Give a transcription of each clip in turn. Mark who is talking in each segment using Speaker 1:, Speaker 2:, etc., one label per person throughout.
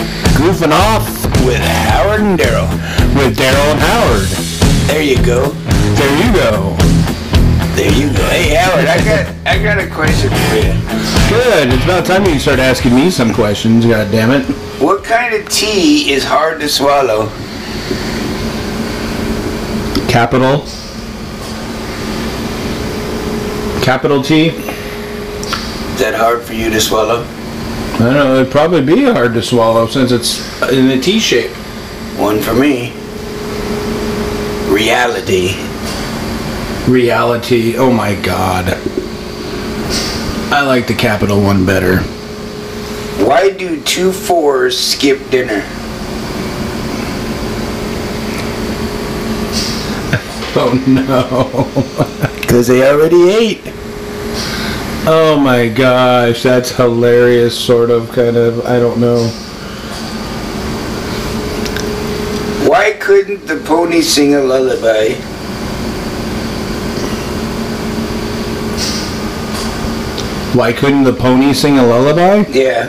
Speaker 1: Popping Off
Speaker 2: with Howard and Daryl.
Speaker 1: with Daryl and Howard.
Speaker 2: There you go.
Speaker 1: There you go.
Speaker 2: There you go. Hey Howard, I got I got a question for you.
Speaker 1: Good. It's about time you start asking me some questions. God damn it.
Speaker 2: What kind of tea is hard to swallow?
Speaker 1: Capital. Capital T.
Speaker 2: Is that hard for you to swallow?
Speaker 1: I don't know. It'd probably be hard to swallow since it's in a T shape.
Speaker 2: One for me. Reality.
Speaker 1: Reality. Oh my god. I like the capital one better.
Speaker 2: Why do two fours skip dinner?
Speaker 1: Oh no.
Speaker 2: Cause they already ate.
Speaker 1: Oh my gosh. That's hilarious, sort of, kind of. I don't know.
Speaker 2: Why couldn't the pony sing a lullaby?
Speaker 1: Why couldn't the pony sing a lullaby?
Speaker 2: Yeah.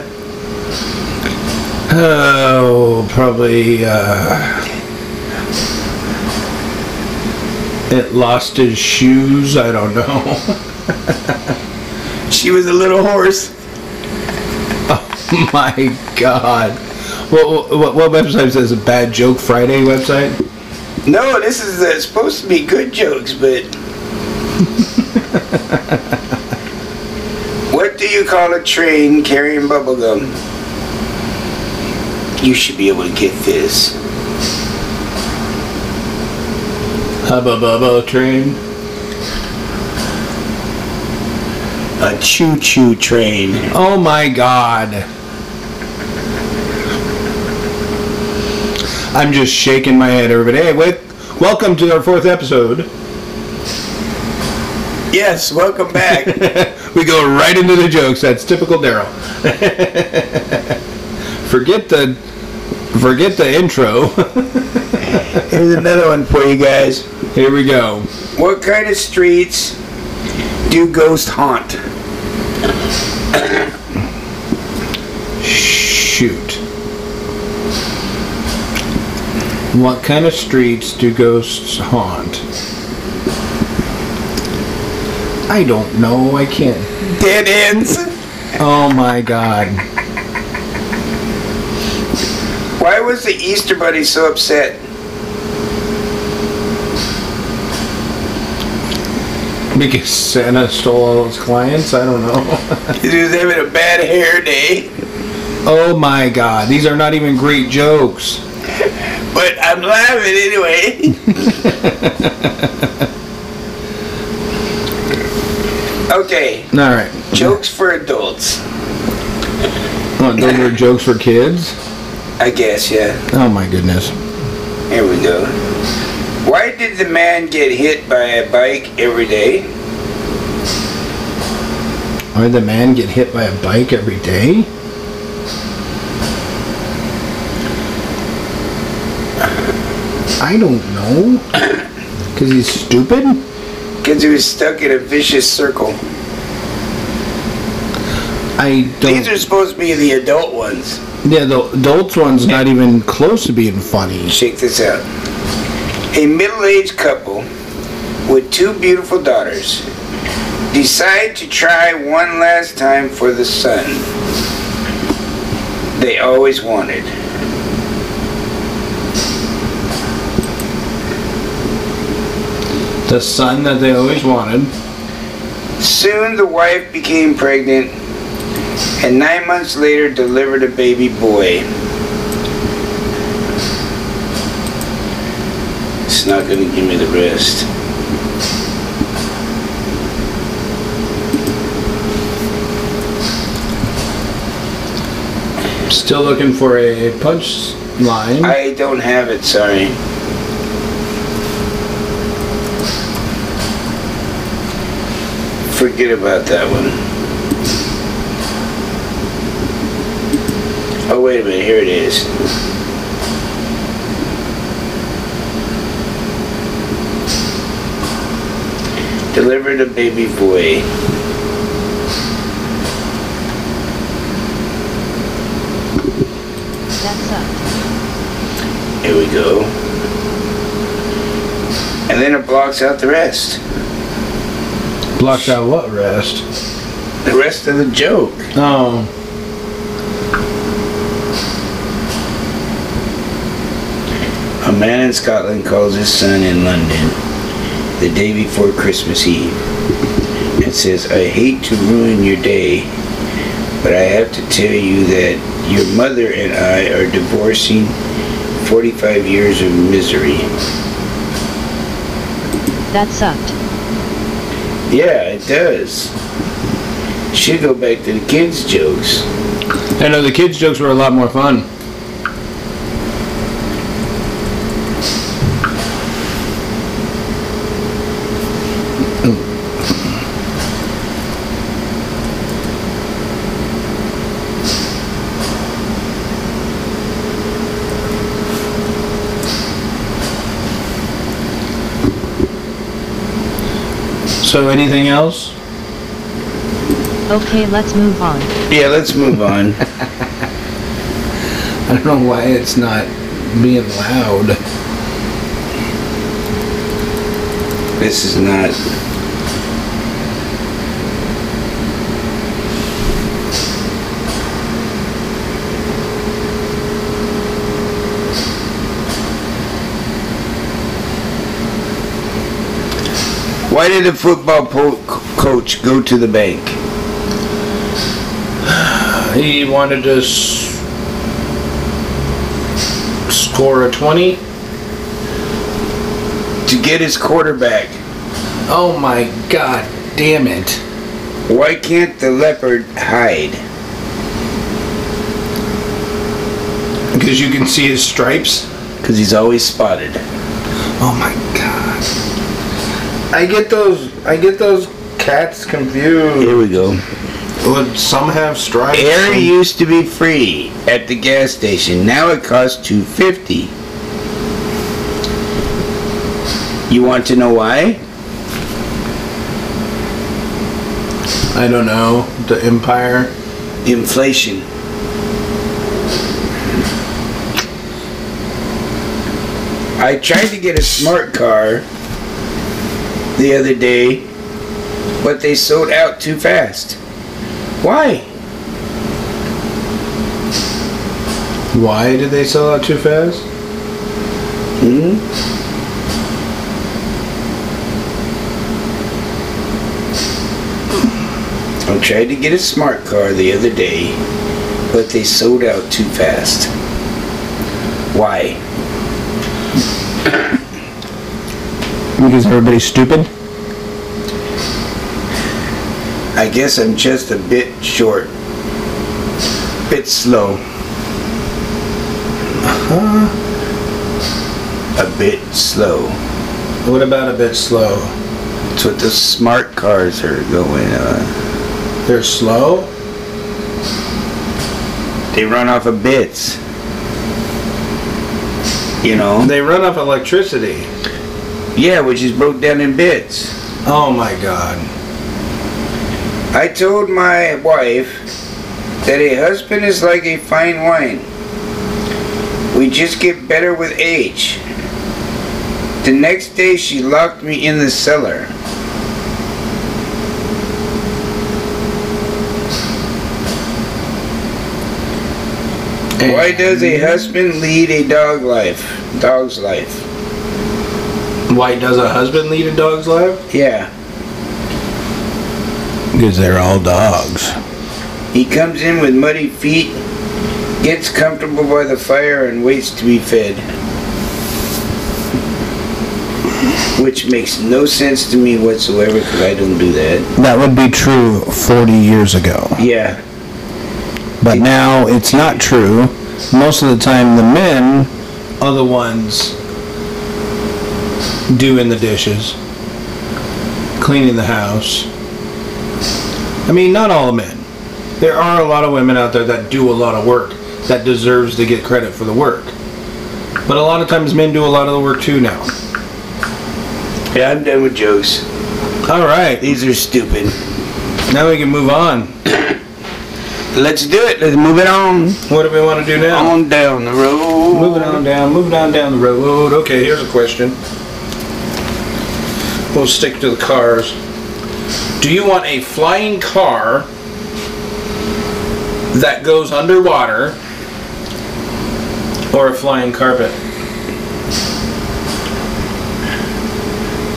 Speaker 1: Oh, probably. Uh, it lost his shoes. I don't know.
Speaker 2: She was a little horse.
Speaker 1: My God. What, what, what website says a bad joke Friday website?
Speaker 2: No, this is uh, supposed to be good jokes, but. what do you call a train carrying bubblegum? You should be able to get this.
Speaker 1: Hubba Bubba Train.
Speaker 2: A choo choo train.
Speaker 1: Oh my God. I'm just shaking my head, everybody. Hey, wait. Welcome to our fourth episode.
Speaker 2: Yes, welcome back.
Speaker 1: we go right into the jokes. That's typical Daryl. forget the forget the intro.
Speaker 2: Here's another one for you guys.
Speaker 1: Here we go.
Speaker 2: What kind of streets do ghosts haunt?
Speaker 1: Shoot. What kind of streets do ghosts haunt? I don't know. I can't.
Speaker 2: Dead ends.
Speaker 1: Oh my god.
Speaker 2: Why was the Easter Bunny so upset?
Speaker 1: Because Santa stole all his clients? I don't know.
Speaker 2: He was having a bad hair day.
Speaker 1: oh my god. These are not even great jokes.
Speaker 2: But I'm laughing anyway. okay,
Speaker 1: All right.
Speaker 2: jokes for adults.
Speaker 1: Oh, those were jokes for kids?
Speaker 2: I guess, yeah.
Speaker 1: Oh my goodness.
Speaker 2: Here we go. Why did the man get hit by a bike every day?
Speaker 1: Why the man get hit by a bike every day? I don't know. Because he's stupid?
Speaker 2: Because he was stuck in a vicious circle.
Speaker 1: I don't.
Speaker 2: These are supposed to be the adult ones.
Speaker 1: yeah, the adults one's not even close to being funny.
Speaker 2: Check this out. A middle aged couple with two beautiful daughters decide to try one last time for the son they always wanted.
Speaker 1: The son that they always wanted.
Speaker 2: Soon the wife became pregnant and nine months later delivered a baby boy. It's not going to give me the rest.
Speaker 1: Still looking for a punch line.
Speaker 2: I don't have it, sorry. Forget about that one. Oh, wait a minute, here it is. Delivered a baby boy.
Speaker 3: That sucked.
Speaker 2: we go. And then it blocks out the rest.
Speaker 4: Blocked out what rest?
Speaker 2: The rest of the joke.
Speaker 4: Oh.
Speaker 2: A man in Scotland calls his son in London the day before Christmas Eve and says, I hate to ruin your day, but I have to tell you that your mother and I are divorcing 45 years of misery.
Speaker 3: That sucked.
Speaker 2: Yeah, it does. Should go back to the kids' jokes.
Speaker 4: I know the kids' jokes were a lot more fun. So anything else?
Speaker 3: Okay, let's move on.
Speaker 2: Yeah, let's move on.
Speaker 4: I don't know why it's not being loud.
Speaker 2: this is not. Why did a football po- coach go to the bank?
Speaker 4: He wanted to s- score a 20.
Speaker 2: To get his quarterback.
Speaker 4: Oh my god, damn it.
Speaker 2: Why can't the leopard hide?
Speaker 4: Because you can see his stripes.
Speaker 2: Because he's always spotted.
Speaker 4: Oh my god. I get those I get those cats confused.
Speaker 2: Here we go.
Speaker 4: Would some have stripes?
Speaker 2: Air used to be free at the gas station. Now it costs two fifty. You want to know why?
Speaker 4: I don't know. The Empire.
Speaker 2: Inflation. I tried to get a smart car the other day, but they sold out too fast. Why?
Speaker 4: Why did they sell out too fast?
Speaker 2: Hmm? I tried to get a smart car the other day, but they sold out too fast. Why?
Speaker 4: Because everybody's stupid?
Speaker 2: I guess I'm just a bit short. Bit slow. Uh-huh. A bit slow.
Speaker 4: What about a bit slow?
Speaker 2: That's what the smart cars are going on.
Speaker 4: They're slow?
Speaker 2: They run off of bits. You know?
Speaker 4: They run off electricity.
Speaker 2: Yeah, which is broke down in bits.
Speaker 4: Oh my god.
Speaker 2: I told my wife that a husband is like a fine wine. We just get better with age. The next day she locked me in the cellar. Why does a husband lead a dog life? Dog's life.
Speaker 4: Why does a husband lead a dog's life?
Speaker 2: Yeah.
Speaker 4: Because they're all dogs.
Speaker 2: He comes in with muddy feet, gets comfortable by the fire, and waits to be fed. Which makes no sense to me whatsoever because I don't do that.
Speaker 5: That would be true 40 years ago.
Speaker 2: Yeah.
Speaker 5: But now it's not true. Most of the time, the men,
Speaker 4: Are the ones doing the dishes, cleaning the house. I mean, not all the men. There are a lot of women out there that do a lot of work that deserves to get credit for the work. But a lot of times men do a lot of the work too now.
Speaker 2: Yeah, I'm done with jokes.
Speaker 4: All right,
Speaker 2: These are stupid.
Speaker 4: now we can move on.
Speaker 2: Let's do it. Let's move it on.
Speaker 4: What do we want to do now?
Speaker 2: On down the road.
Speaker 4: Moving on down, moving on down the road. Okay, here's a question. We'll stick to the cars. Do you want a flying car that goes underwater or a flying carpet?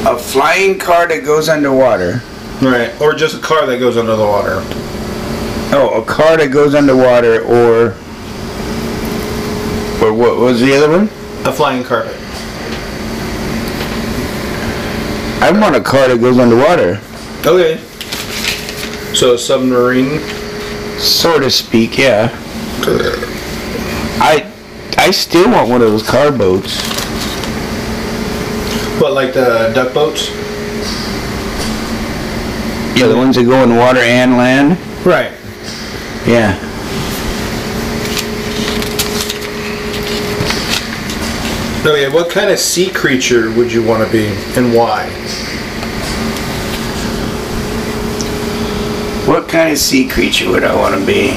Speaker 2: A flying car that goes underwater.
Speaker 4: Right, or just a car that goes under the water.
Speaker 2: Oh, a car that goes underwater or. Or what was the other one?
Speaker 4: A flying carpet.
Speaker 2: I want a car that goes underwater.
Speaker 4: Okay. So a submarine.
Speaker 2: So to speak, yeah. I. I still want one of those car boats.
Speaker 4: But like the duck boats?
Speaker 2: Yeah, the ones that go in water and land.
Speaker 4: Right.
Speaker 2: Yeah.
Speaker 4: Okay, what kind of sea creature would you want to be and why?
Speaker 2: What kind of sea creature would I want to be?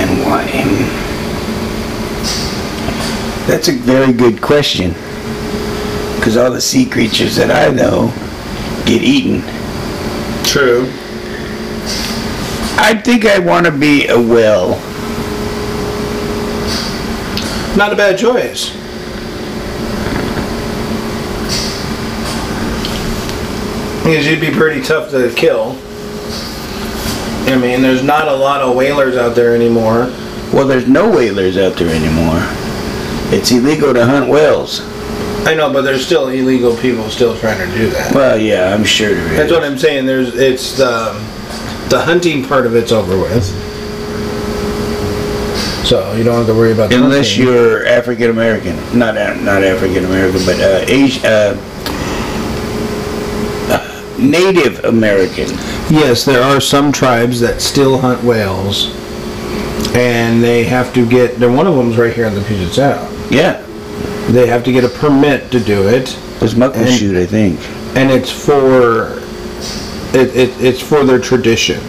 Speaker 2: And why? That's a very good question. Because all the sea creatures that I know get eaten.
Speaker 4: True.
Speaker 2: I think I want to be a whale.
Speaker 4: Not a bad choice. Because you'd be pretty tough to kill. I mean, there's not a lot of whalers out there anymore.
Speaker 2: Well, there's no whalers out there anymore. It's illegal to hunt whales.
Speaker 4: I know, but there's still illegal people still trying to do that.
Speaker 2: Well, yeah, I'm sure there is.
Speaker 4: That's what I'm saying. There's it's the the hunting part of it's over with. So you don't have to worry about the
Speaker 2: Unless
Speaker 4: hunting.
Speaker 2: you're African American, not Af- not African American, but uh, Asian, uh, uh, Native American.
Speaker 4: Yes, there are some tribes that still hunt whales, and they have to get. Then one of them's right here in the Puget Sound.
Speaker 2: Yeah,
Speaker 4: They have to get a permit to do it,
Speaker 2: it was Muckleshoot, I think.
Speaker 4: and it's for it, it it's for their tradition.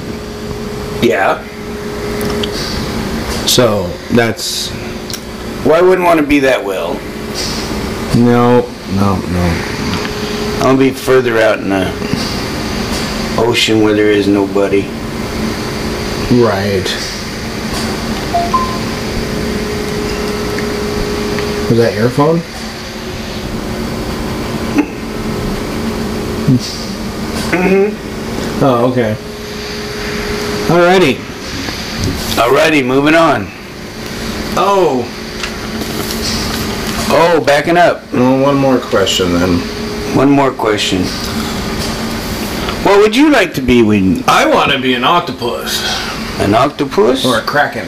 Speaker 2: Yeah.
Speaker 4: So that's
Speaker 2: Well, I wouldn't want to be that well.
Speaker 4: no, no, no.
Speaker 2: I'll be further out in the ocean where there is nobody.
Speaker 4: Right. Was that your phone? Mm-hmm. Oh, okay. Alrighty.
Speaker 2: Alrighty, moving on.
Speaker 4: Oh,
Speaker 2: Oh, backing up.
Speaker 4: well, one more question then.
Speaker 2: One more question. What would you like to be when
Speaker 4: I want to be an octopus
Speaker 2: an octopus
Speaker 4: or a kraken,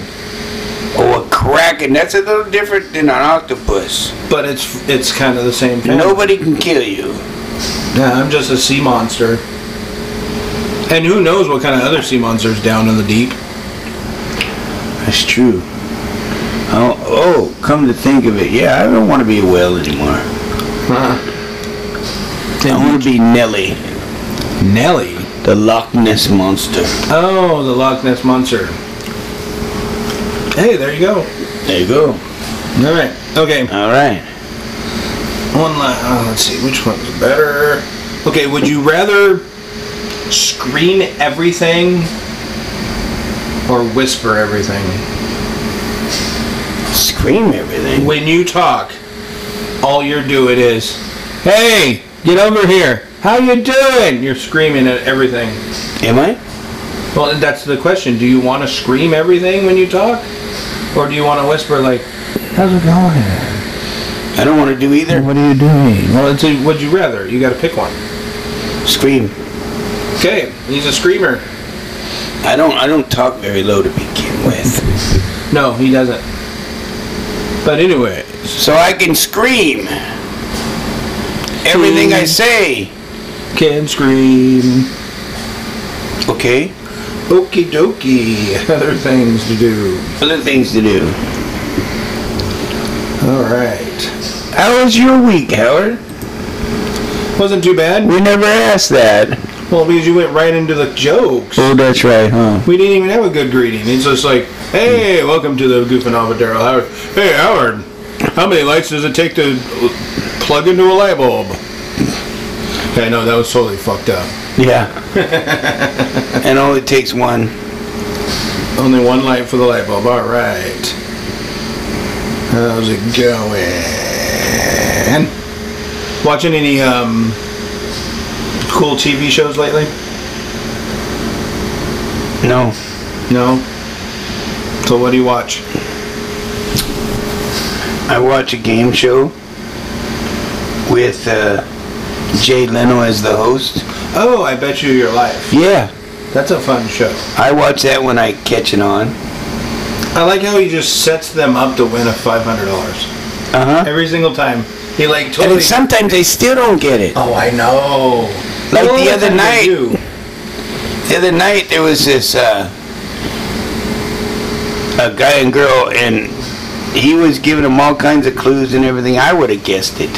Speaker 2: Oh, a kraken. That's a little different than an octopus.
Speaker 4: but it's it's kind of the same thing.
Speaker 2: Nobody can kill you.
Speaker 4: Yeah, I'm just a sea monster. And who knows what kind of other sea monsters down in the deep?
Speaker 2: That's true. Oh, oh, come to think of it, yeah, I don't want to be a whale anymore. I want to be Nelly,
Speaker 4: Nelly.
Speaker 2: the Loch Ness monster.
Speaker 4: Oh, the Loch Ness Monster. Hey, there you go.
Speaker 2: There you go.
Speaker 4: All right. Okay.
Speaker 2: All right.
Speaker 4: One last. Uh, let's see. Which one's better? Okay. Would you rather scream everything or whisper everything?
Speaker 2: Scream everything.
Speaker 4: When you talk, all you're doing is, "Hey, get over here! How you doing?" You're screaming at everything.
Speaker 2: Am I?
Speaker 4: Well, that's the question. Do you want to scream everything when you talk, or do you want to whisper like,
Speaker 5: How's it going?
Speaker 2: I don't want to do either.
Speaker 5: What are you doing?
Speaker 4: "Well, it's a, would you rather?" You got to pick one.
Speaker 2: Scream.
Speaker 4: Okay, he's a screamer.
Speaker 2: I don't. I don't talk very low to begin with,
Speaker 4: No, he doesn't. But anyway,
Speaker 2: so I can scream everything I say.
Speaker 4: can scream.
Speaker 2: Okay.
Speaker 4: Okie dokie. Other things to do.
Speaker 2: Other things to do.
Speaker 4: All right.
Speaker 2: How was your week, Howard?
Speaker 4: Wasn't too bad.
Speaker 2: We never asked that.
Speaker 4: Well, because you went right into the jokes.
Speaker 5: Oh, that's right, huh?
Speaker 4: We didn't even have a good greeting. It's just like, hey, welcome to the goofing off with Daryl Howard. Hey, Howard, how many lights does it take to plug into a light bulb? I know that was totally fucked up.
Speaker 5: Yeah.
Speaker 2: And only takes one.
Speaker 4: Only one light for the light bulb. All right. How's it going? Watching any um, cool TV shows lately?
Speaker 2: No.
Speaker 4: No. So what do you watch?
Speaker 2: I watch a game show with uh, Jay Leno as the host.
Speaker 4: Oh, I bet you your life.
Speaker 2: Yeah.
Speaker 4: That's a fun show.
Speaker 2: I watch that when I catch it on.
Speaker 4: I like how he just sets them up to win a five hundred dollars
Speaker 2: Uh
Speaker 5: Uh-huh.
Speaker 2: huh.
Speaker 4: every single time. He like
Speaker 2: And
Speaker 4: totally.
Speaker 2: then sometimes they still don't get it.
Speaker 4: oh, I know.
Speaker 2: Like the
Speaker 4: Well,
Speaker 2: other
Speaker 4: sometimes
Speaker 2: night.
Speaker 4: they do.
Speaker 2: The other night there was this uh, a guy and girl, and he was giving them all kinds of clues and everything. I would have guessed it,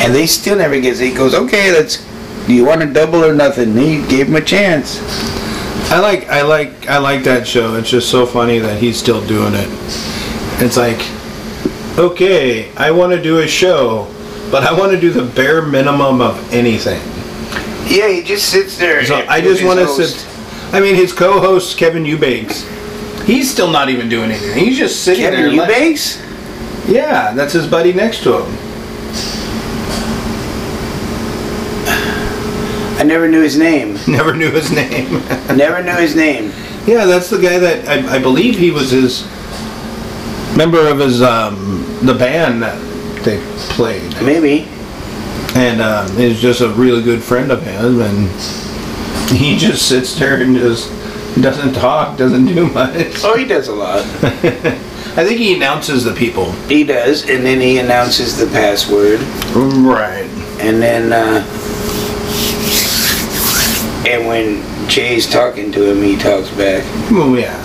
Speaker 2: and they still never guessed. it. He goes, "Okay, let's. Do you want to double or nothing?" He gave him a chance.
Speaker 4: I like, I like, I like that show. It's just so funny that he's still doing it. It's like, okay, I want to do a show, but I want to do the bare minimum of anything.
Speaker 2: Yeah, he just sits there.
Speaker 4: So
Speaker 2: and-
Speaker 4: I just
Speaker 2: with
Speaker 4: want to
Speaker 2: his host.
Speaker 4: sit. I mean, his co-host Kevin Eubanks. He's still not even doing anything. He's just sitting there.
Speaker 2: Kevin
Speaker 4: like-
Speaker 2: Eubanks.
Speaker 4: Yeah, that's his buddy next to him.
Speaker 2: I never knew his name.
Speaker 4: Never knew his name.
Speaker 2: never knew his name.
Speaker 4: yeah, that's the guy that I, I believe he was his member of his um, the band that they played,
Speaker 2: Maybe.
Speaker 4: and um, he's just a really good friend of his, and he just sits there and just doesn't talk, doesn't do much.
Speaker 2: Oh, he does a lot.
Speaker 4: I think he announces the people.
Speaker 2: he does, and then he announces the password.
Speaker 4: Right.
Speaker 2: And then, uh, and when Jay's talking to him, he talks back.
Speaker 4: Well, yeah.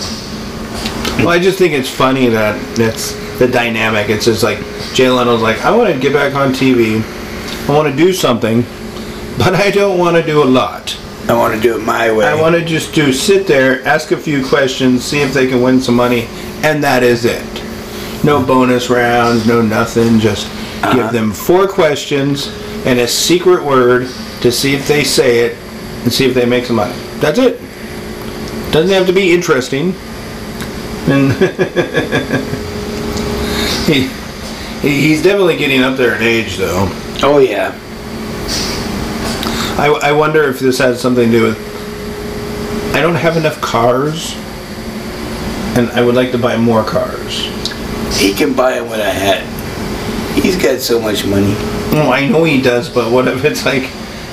Speaker 4: Well, I just think it's funny that that's the dynamic. It's just like Jay Leno's like, I want to get back on TV. I want to do something, but I don't want to do a lot.
Speaker 2: I want to do it my way.
Speaker 4: I want to just do sit there, ask a few questions, see if they can win some money, and that is it. No bonus rounds, no nothing. Just give them four questions and a secret word to see if they say it and see if they make some money. That's it. Doesn't have to be interesting. And he, he- he's definitely getting up there in age, though.
Speaker 2: oh yeah.
Speaker 4: I, I wonder if this has something to do with. I don't have enough cars, and I would like to buy more cars.
Speaker 2: He can buy him with a hat. He's got so much money.
Speaker 4: Oh, I know he does, but what if it's like,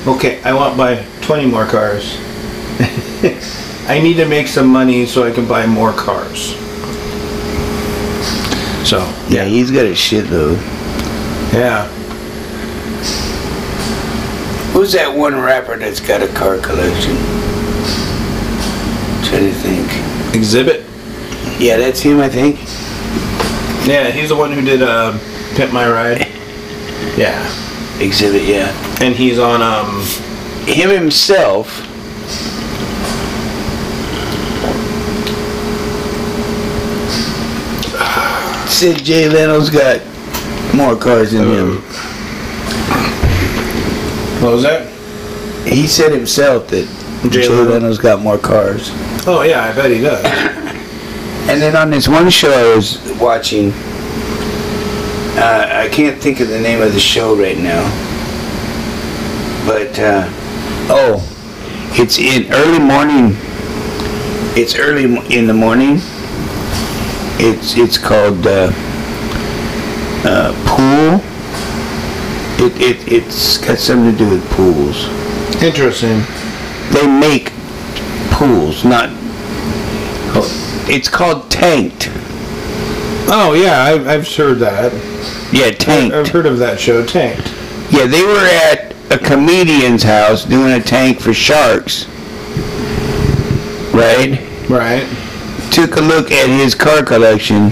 Speaker 4: okay, I want to buy 20 more cars. I need to make some money so I can buy more cars. So,
Speaker 2: Yeah, he's got a shitload.
Speaker 4: yeah.
Speaker 2: Who's that one rapper that's got a car collection? trying to think.
Speaker 4: Exhibit.
Speaker 2: Yeah, that's him, I think.
Speaker 4: Yeah, he's the one who did uh, Pimp My Ride. Yeah.
Speaker 2: Exhibit, yeah.
Speaker 4: And he's on, um,
Speaker 2: him himself said Jay Leno's got more cars than him.
Speaker 4: what was that?
Speaker 2: He said himself that
Speaker 4: Jay
Speaker 2: Jay,
Speaker 4: Leno.
Speaker 2: Leno's got more cars.
Speaker 4: Oh, yeah, I bet he does.
Speaker 2: And then on this one show I was watching, uh, I can't think of the name of the show right now, but uh, oh, it's in early morning. It's early mo- in the morning. It's it's called uh, uh, pool. It it it's got something to do with pools.
Speaker 4: Interesting.
Speaker 2: They make pools, not. oh, It's called tanked.
Speaker 4: Oh yeah, I've, I've heard that.
Speaker 2: Yeah,
Speaker 4: I've
Speaker 2: tanked.
Speaker 4: heard of that show, Tanked.
Speaker 2: Yeah, they were at a comedian's house doing a tank for sharks. Right?
Speaker 4: Right.
Speaker 2: Took a look at his car collection,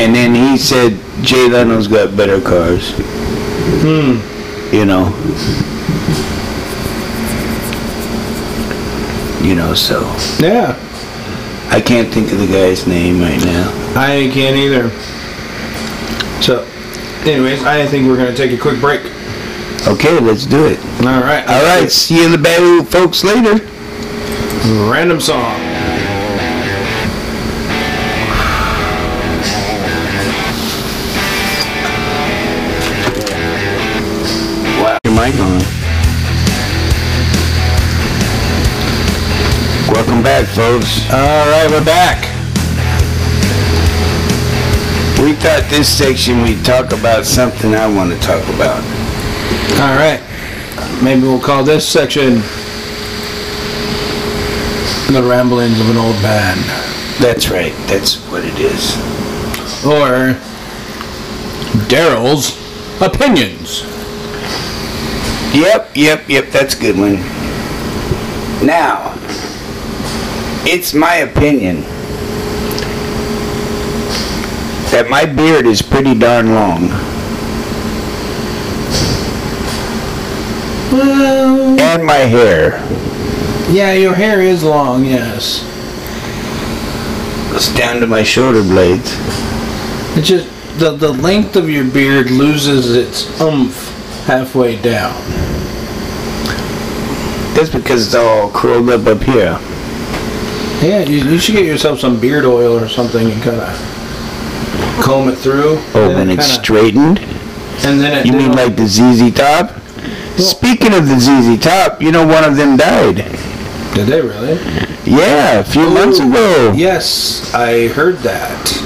Speaker 2: and then he said Jay Leno's got better cars. Hmm. You know. you know, so.
Speaker 4: Yeah.
Speaker 2: I can't think of the guy's name right now.
Speaker 4: I can't either. So, anyways, I think we're going to take a quick break.
Speaker 2: Okay, let's do it.
Speaker 4: All right.
Speaker 2: All right, see you in the battle, folks, later.
Speaker 4: Random song.
Speaker 2: Your mic on. Welcome back, folks.
Speaker 4: All right, we're back.
Speaker 2: We thought this section we'd talk about something I want to talk about.
Speaker 4: All right. Maybe we'll call this section The Ramblings of an Old Man.
Speaker 2: That's right. That's what it is.
Speaker 4: Or Daryl's Opinions.
Speaker 2: Yep, yep, yep. That's a good one. Now, it's my opinion that my beard is pretty darn long.
Speaker 4: Well,
Speaker 2: And my hair.
Speaker 4: yeah, your hair is long, yes.
Speaker 2: It's down to my shoulder blades.
Speaker 4: It's just the, the length of your beard loses its umph halfway down.
Speaker 2: That's because it's all curled up up here.
Speaker 4: Yeah, you, you should get yourself some beard oil or something and kind of comb it through.
Speaker 2: Oh,
Speaker 4: then
Speaker 2: and
Speaker 4: it
Speaker 2: it's
Speaker 4: kinda-
Speaker 2: straightened?
Speaker 4: And then it.
Speaker 2: You mean
Speaker 4: then-
Speaker 2: like the ZZ Top? Speaking of the ZZ Top, you know one of them died.
Speaker 4: Did they really?
Speaker 2: Yeah, a
Speaker 4: Oh.
Speaker 2: few months
Speaker 4: Ooh.
Speaker 2: ago.
Speaker 4: Yes, I heard that.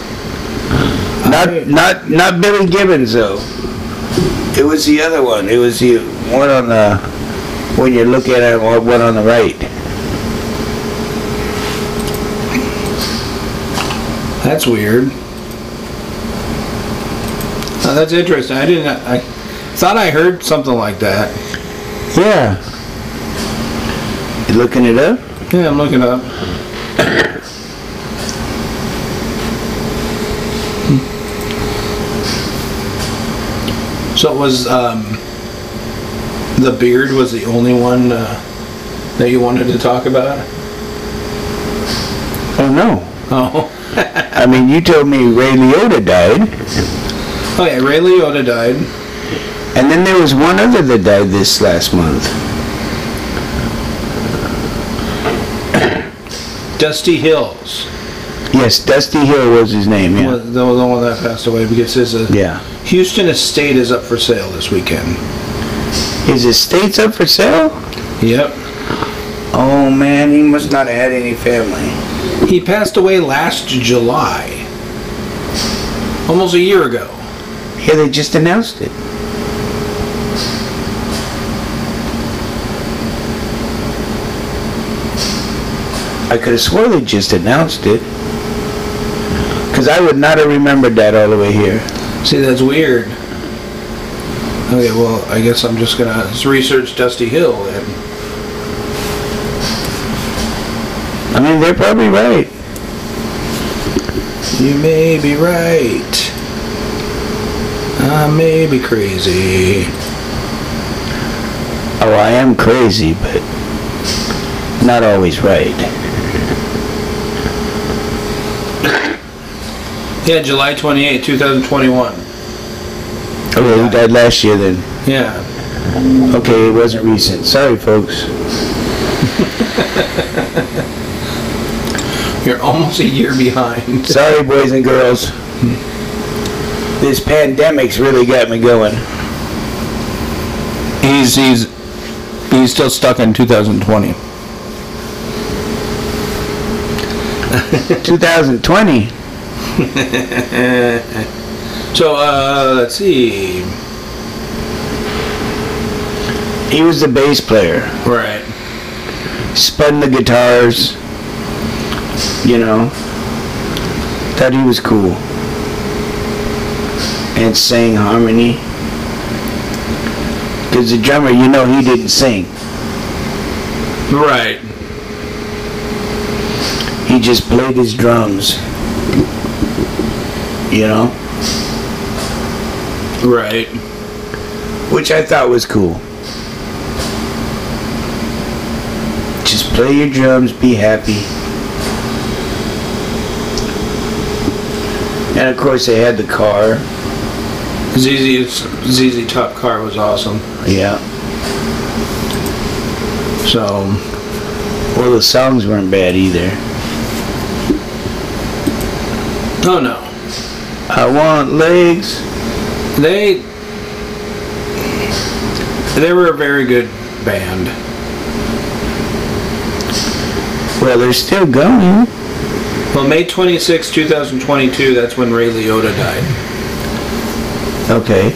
Speaker 4: I-
Speaker 2: Not not not Billy Gibbons though. It was the other one. It was the one on the when you look at it, one on the right.
Speaker 4: That's weird. Oh, that's interesting. I didn't. I thought I heard something like that.
Speaker 2: Yeah. You looking it up?
Speaker 4: Yeah, I'm looking up. so it was um, the beard was the only one uh, that you wanted to talk about.
Speaker 2: Oh no.
Speaker 4: Oh,
Speaker 2: I mean, you told me Ray Liotta died,
Speaker 4: oh yeah, Ray Liotta died.
Speaker 2: and then there was one other that died this last month.
Speaker 4: Dusty Hills
Speaker 2: Yes, Dusty Hill was his name. Yeah.
Speaker 4: was the, the one that passed away because his uh,
Speaker 2: Yeah.
Speaker 4: Houston estate is up for sale this weekend.
Speaker 2: His estate's up for sale.
Speaker 4: Yep.
Speaker 2: Oh man, he must not have had any family.
Speaker 4: He passed away last July, almost a year ago.
Speaker 2: Yeah, they just announced it. I could have swore they just announced it. Because I would not have remembered that all the way here.
Speaker 4: See, that's weird. Okay, well, I guess I'm just gonna let's research Dusty Hill and
Speaker 2: I mean, they're probably right.
Speaker 4: you may be right. I may be crazy.
Speaker 2: Oh, I am crazy, but not always right.
Speaker 4: Yeah, July 28, 2021. Oh,
Speaker 2: Okay, he died last year then.
Speaker 4: Yeah.
Speaker 2: Okay, it wasn't recent. Sorry, folks.
Speaker 4: You're almost a year behind.
Speaker 2: Sorry, boys and girls. This pandemic's really got me going.
Speaker 4: He's he's he's still stuck in 2020.
Speaker 2: 2020.
Speaker 4: So, uh, let's see.
Speaker 2: He was the bass player,
Speaker 4: Right.
Speaker 2: spun the guitars, you know. Thought he was cool. And sang harmony. Because the drummer, you know, he didn't sing.
Speaker 4: Right.
Speaker 2: He just played his drums. You know?
Speaker 4: Right.
Speaker 2: Which I thought was cool. Just Just play your drums, be happy. And of course, they had the car.
Speaker 4: ZZ's ZZ Top car was awesome.
Speaker 2: Yeah.
Speaker 4: So
Speaker 2: Well, the songs weren't bad either.
Speaker 4: oh no,
Speaker 2: I want legs.
Speaker 4: they they were a very good band.
Speaker 2: Well, they're still going.
Speaker 4: Well, May 26, 2022, that's when Ray Liotta died.
Speaker 2: Okay.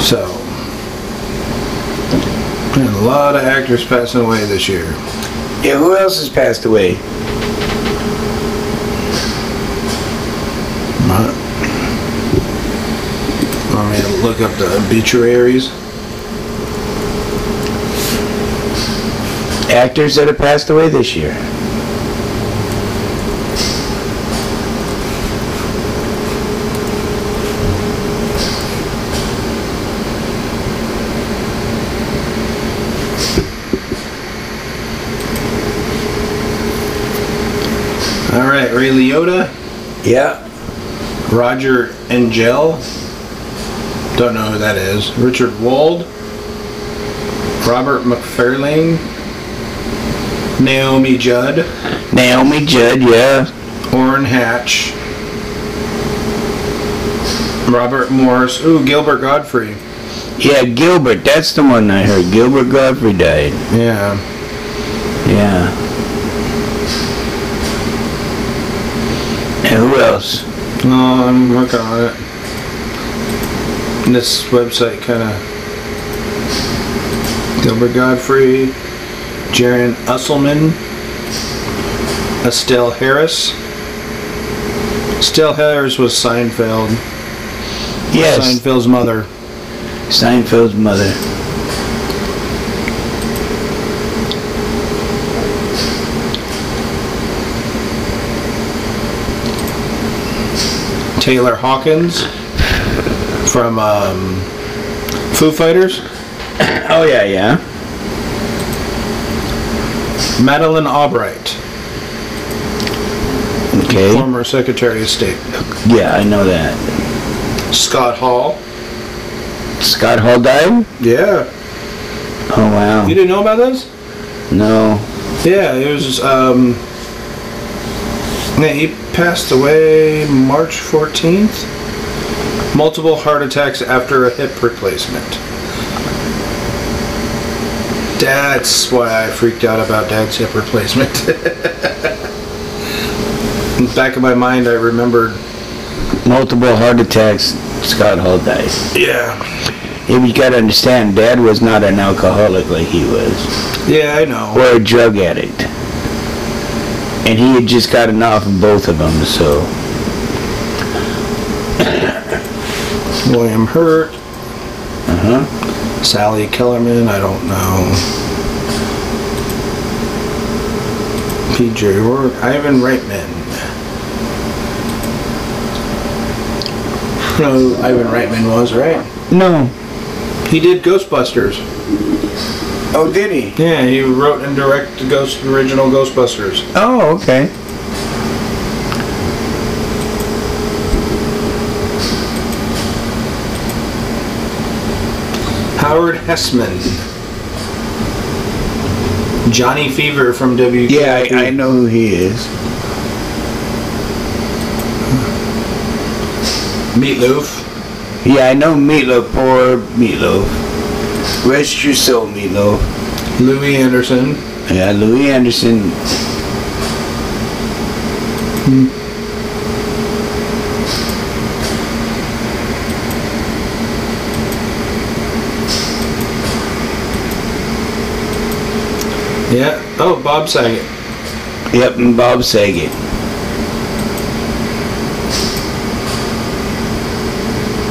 Speaker 4: So and a lot of actors passing away this year.
Speaker 2: Yeah, who else has passed away?
Speaker 4: Want me to look up the obituaries?
Speaker 2: Actors that have passed away this year.
Speaker 4: All right, Ray Liotta,
Speaker 2: Yeah.
Speaker 4: Roger Engel. Don't know who that is. Richard Wald. Robert McFarlane. Naomi Judd.
Speaker 2: Naomi Judd, yeah.
Speaker 4: Orrin Hatch. Robert Morris. Ooh, Gilbert Godfrey.
Speaker 2: Yeah, Gilbert, that's the one I heard. Gilbert Godfrey died.
Speaker 4: Yeah.
Speaker 2: Yeah. And who else?
Speaker 4: Oh, I'm working on it. This website kind of. Gilbert Godfrey. Jaren Usselman. Estelle Harris. Estelle Harris was Seinfeld.
Speaker 2: Yes,
Speaker 4: Seinfeld's mother.
Speaker 2: Seinfeld's mother.
Speaker 4: Taylor Hawkins. From um, Foo Fighters.
Speaker 2: Oh, yeah, yeah.
Speaker 4: Madeline Albright.
Speaker 2: Okay.
Speaker 4: Former Secretary of State.
Speaker 2: Yeah, I know that.
Speaker 4: Scott Hall.
Speaker 2: Scott Hall died?
Speaker 4: Yeah.
Speaker 2: Oh, wow.
Speaker 4: You didn't know about this?
Speaker 2: No.
Speaker 4: Yeah, it was, um, yeah, he passed away March 14th. Multiple heart attacks after a hip replacement. That's why I freaked out about dad's hip replacement. In the back of my mind, I remembered.
Speaker 2: Multiple heart attacks, Scott Hall died.
Speaker 4: Yeah.
Speaker 2: Yeah, you gotta understand, Dad was not an alcoholic like he was,
Speaker 4: Yeah, I know.
Speaker 2: or a drug addict. And he had just gotten off of both of them, so.
Speaker 4: William Hurt. Uh-huh. Sally Kellerman, I don't know. PJ Rourke, Ivan Reitman. No, Ivan Reitman was, right?
Speaker 2: No.
Speaker 4: He did Ghostbusters.
Speaker 2: Oh, did he?
Speaker 4: Yeah, he wrote and directed Ghost, original Ghostbusters.
Speaker 2: Oh, okay.
Speaker 4: Howard Hessman. Johnny Fever from W.
Speaker 2: Yeah, I, I know who he is.
Speaker 4: Meatloaf.
Speaker 2: Yeah, I know Meatloaf, poor Meatloaf. Rest your soul, Meatloaf.
Speaker 4: Louis Anderson.
Speaker 2: Yeah, Louis Anderson.
Speaker 4: Yeah. Oh, Bob Saget.
Speaker 2: Yep, and Bob Saget.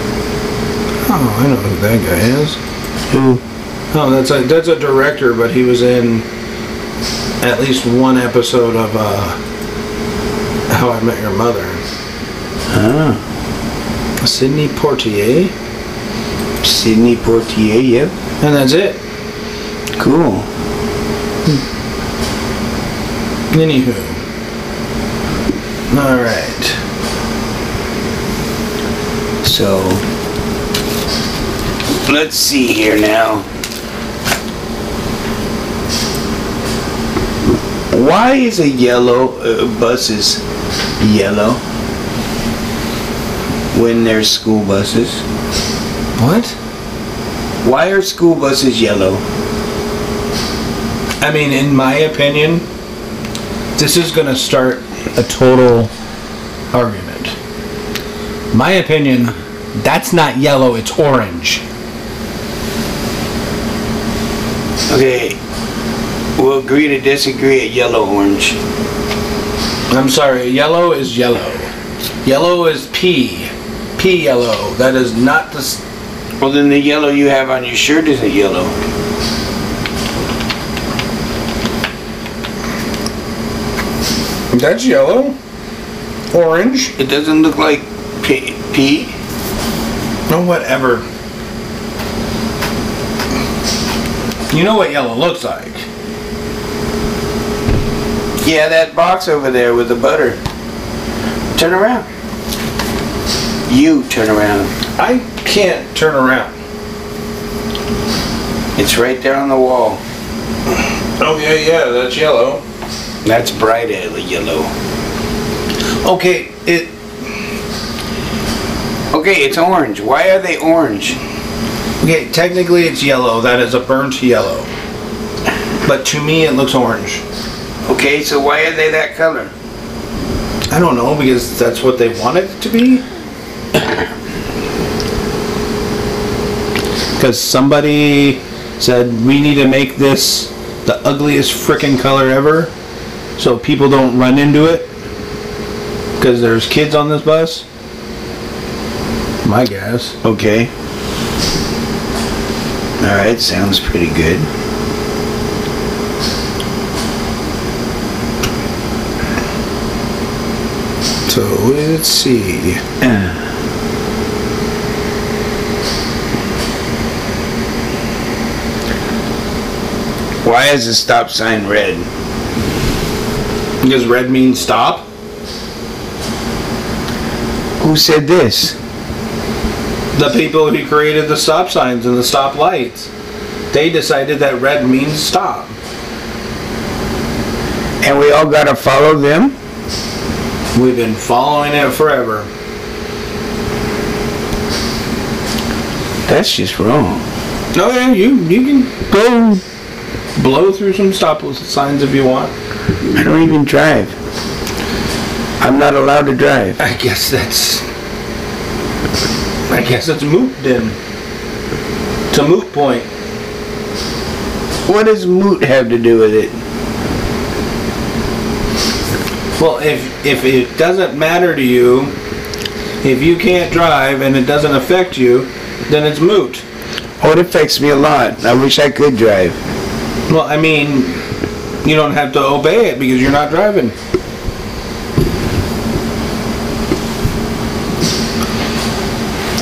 Speaker 4: Oh, I know who that guy is.
Speaker 2: Who?
Speaker 4: Oh, that's a that's a director, but he was in at least one episode of uh, How I Met Your Mother.
Speaker 2: Ah,
Speaker 4: Sidney Portier,
Speaker 2: Sydney Portier, yep.
Speaker 4: And that's it.
Speaker 2: Cool.
Speaker 4: Anywho. All right.
Speaker 2: So, let's see here now. Why is a yellow uh, buses yellow when there's school buses?
Speaker 4: What?
Speaker 2: Why are school buses yellow?
Speaker 4: I mean, in my opinion, this is going to start
Speaker 5: A total,
Speaker 4: argument. My opinion, that's not yellow, it's orange.
Speaker 2: Okay, we'll agree to disagree at yellow orange.
Speaker 4: I'm sorry, yellow is yellow. Yellow is pea. Pea yellow. That is not the. s-
Speaker 2: Well, then the yellow you have on your shirt isn't yellow.
Speaker 4: That's yellow. Orange.
Speaker 2: It doesn't look like pea. pea.
Speaker 4: Oh, whatever. You know what yellow looks like.
Speaker 2: Yeah, that box over there with the butter. Turn around. You turn around.
Speaker 4: I can't turn around.
Speaker 2: It's right there on the wall.
Speaker 4: Oh, yeah, yeah, that's yellow.
Speaker 2: That's bright yellow.
Speaker 4: Okay, it.
Speaker 2: Okay, it's orange. Why are they orange?
Speaker 4: Okay, technically it's yellow. That is a burnt yellow. But to me, it looks orange.
Speaker 2: Okay, so why are they that color?
Speaker 4: I don't know because that's what they want it to be. Because somebody said we need to make this the ugliest frickin' color ever, so people don't run into it. Because there's kids on this bus. My guess.
Speaker 2: Okay. All right, sounds pretty good.
Speaker 4: So let's see.
Speaker 2: Why is the stop sign red?
Speaker 4: Does red mean stop?
Speaker 2: Who said this?
Speaker 4: The people who created the stop signs and the stop lights, they decided that red means stop.
Speaker 2: And we all gotta follow them?
Speaker 4: We've been following it forever.
Speaker 2: That's just wrong.
Speaker 4: No, Oh, yeah, you you can
Speaker 2: Boom!
Speaker 4: blow through some stop signs if you want.
Speaker 2: I don't even drive. I'm not allowed to drive.
Speaker 4: I guess that's. I guess that's moot then. It's a moot point.
Speaker 2: What does moot have to do with it?
Speaker 4: Well, if if it doesn't matter to you, if you can't drive and it doesn't affect you, then it's moot.
Speaker 2: Oh, it affects me a lot. I wish I could drive.
Speaker 4: Well, I mean, you don't have to obey it because you're not driving.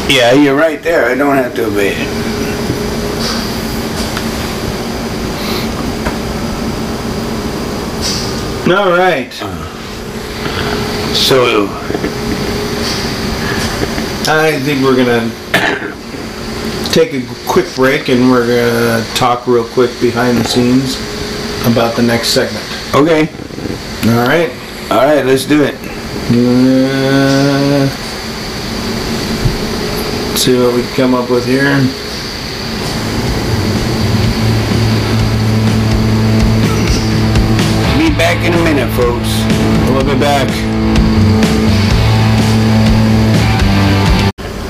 Speaker 2: Yeah, you're right there. I don't have to obey it.
Speaker 4: All right.
Speaker 2: So,
Speaker 4: I think we're gonna take a quick break and we're gonna talk real quick behind the scenes about the next segment.
Speaker 2: okay.
Speaker 4: All right.
Speaker 2: All right, let's do it.
Speaker 4: Uh, see what we can come up with here.
Speaker 2: Be back in a minute, folks.
Speaker 4: We'll be back.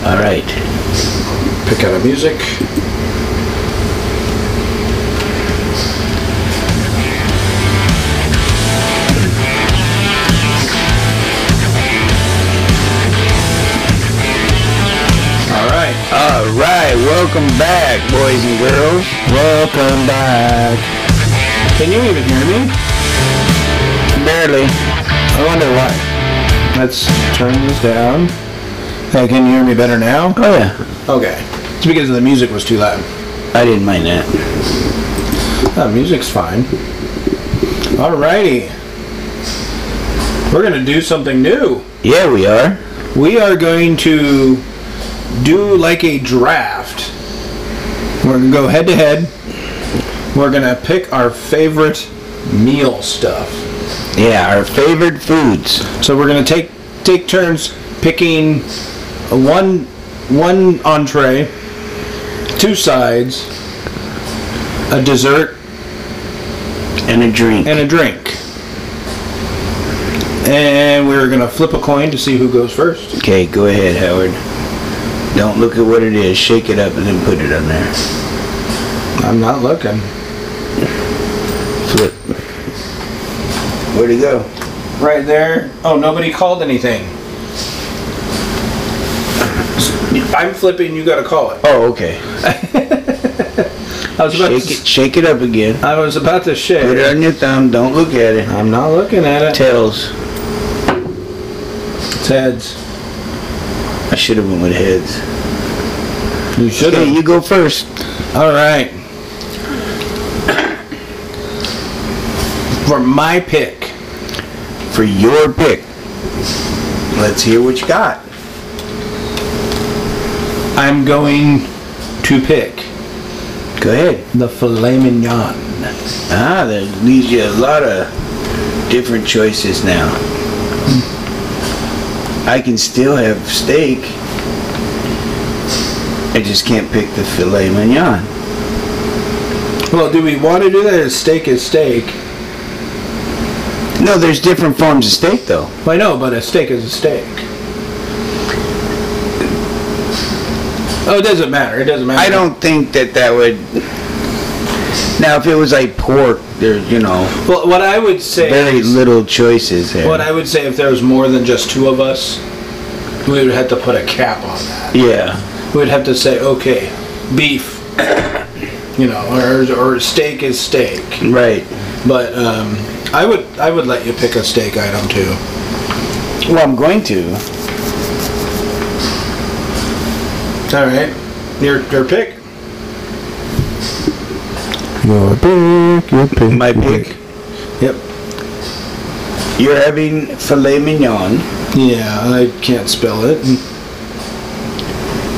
Speaker 2: All right.
Speaker 4: Pick out a music. All right.
Speaker 2: All right, welcome back, boys and girls.
Speaker 5: welcome back.
Speaker 4: Can you even hear me?
Speaker 2: Barely.
Speaker 5: I wonder why.
Speaker 4: Let's turn this down.
Speaker 5: Hey, can you hear me better now?
Speaker 2: Oh, yeah.
Speaker 4: Okay. It's because the music was too loud.
Speaker 2: I didn't mind that.
Speaker 4: That Uh, music's fine. Alrighty. We're gonna do something new.
Speaker 2: Yeah, we are.
Speaker 4: We are going to do like a draft. We're gonna go head to head. We're gonna pick our favorite meal stuff.
Speaker 2: Yeah, our favorite foods.
Speaker 4: So we're gonna take take turns picking one one entree, two sides, a dessert,
Speaker 2: And a drink.
Speaker 4: and a drink. And we're gonna flip a coin to see who goes first.
Speaker 2: Okay, go ahead, Howard. Don't look at what it is. Shake it up and then put it on there.
Speaker 4: I'm not looking.
Speaker 2: Flip. Where'd it go?
Speaker 4: Right there. Oh, nobody called anything. I'm flipping. You gotta call it.
Speaker 2: Oh, okay.
Speaker 4: I was about
Speaker 2: Shake
Speaker 4: to.
Speaker 2: it. Shake it up again.
Speaker 4: I was about to
Speaker 2: Put it
Speaker 4: share.
Speaker 2: on your thumb. Don't look at it.
Speaker 4: I'm not looking at it.
Speaker 2: Tails.
Speaker 4: It's heads.
Speaker 2: I should have went with heads.
Speaker 4: You should
Speaker 2: Okay,
Speaker 4: have.
Speaker 2: you go first.
Speaker 4: All right. For my pick,
Speaker 2: for your pick. Let's hear what you got.
Speaker 4: I'm going to pick
Speaker 2: Go ahead.
Speaker 4: the filet mignon.
Speaker 2: Ah, that leaves you a lot of different choices now. I can still have steak. I just can't pick the filet mignon.
Speaker 4: Well, do we want to do that? As steak is steak.
Speaker 2: No, there's different forms of steak though.
Speaker 4: Well, I know, but a steak is a steak. Oh, it doesn't matter. It doesn't matter.
Speaker 2: I don't think that that would. Now, if it was like pork, there's you know
Speaker 4: Well, what I would say.
Speaker 2: very
Speaker 4: is-
Speaker 2: little choices there.
Speaker 4: What I would say if there was more than just two of us, we would have to put a cap on that.
Speaker 2: yeah,
Speaker 4: we would have to say, okay, beef, you know, or, or steak is steak.
Speaker 2: right.
Speaker 4: But um, I would I would let you pick a steak item too.
Speaker 2: Well, I'm going to.
Speaker 4: All right, your your pick.
Speaker 5: Your pick, your pick.
Speaker 2: My
Speaker 5: your
Speaker 2: pick.
Speaker 4: Yep.
Speaker 2: You're having filet mignon.
Speaker 4: Yeah, I can't spell it.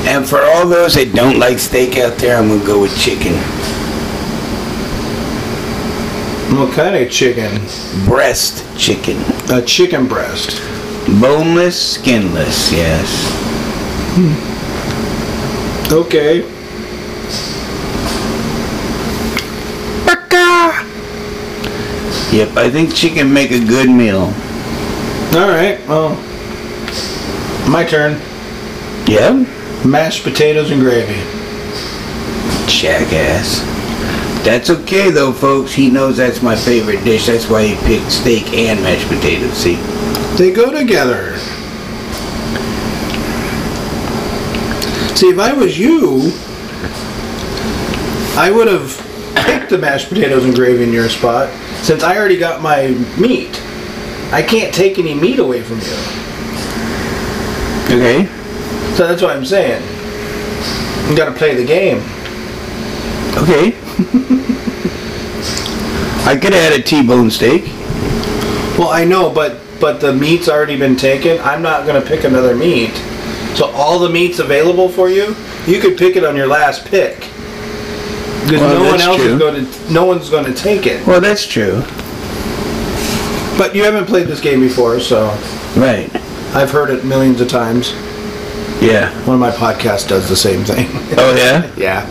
Speaker 2: And for all those that don't like steak out there, I'm gonna go with chicken.
Speaker 4: What kind of chicken?
Speaker 2: Breast chicken.
Speaker 4: A chicken breast.
Speaker 2: Boneless, skinless, yes.
Speaker 4: Okay.
Speaker 2: Yep, I think chicken make a good meal.
Speaker 4: All right. Well, my turn.
Speaker 2: Yep?
Speaker 4: Mashed potatoes and gravy.
Speaker 2: Jackass. That's okay though, folks. He knows that's my favorite dish. That's why he picked steak and mashed potatoes, see?
Speaker 4: They go together. See, if I was you, I would have picked the mashed potatoes and gravy in your spot since I already got my meat. I can't take any meat away from you.
Speaker 2: Okay.
Speaker 4: So that's what I'm saying. You gotta play the game.
Speaker 2: Okay. I could have had a T-bone steak.
Speaker 4: Well, I know, but but the meat's already been taken. I'm not gonna pick another meat. So all the meat's available for you. You could pick it on your last pick. Because
Speaker 2: Well,
Speaker 4: no one
Speaker 2: that's
Speaker 4: else
Speaker 2: true.
Speaker 4: is gonna, no one's gonna take it.
Speaker 2: Well, that's true.
Speaker 4: But you haven't played this game before, so
Speaker 2: Right.
Speaker 4: I've heard it millions of times.
Speaker 2: Yeah.
Speaker 4: One of my podcasts does the same thing.
Speaker 2: Oh, yeah?
Speaker 4: yeah,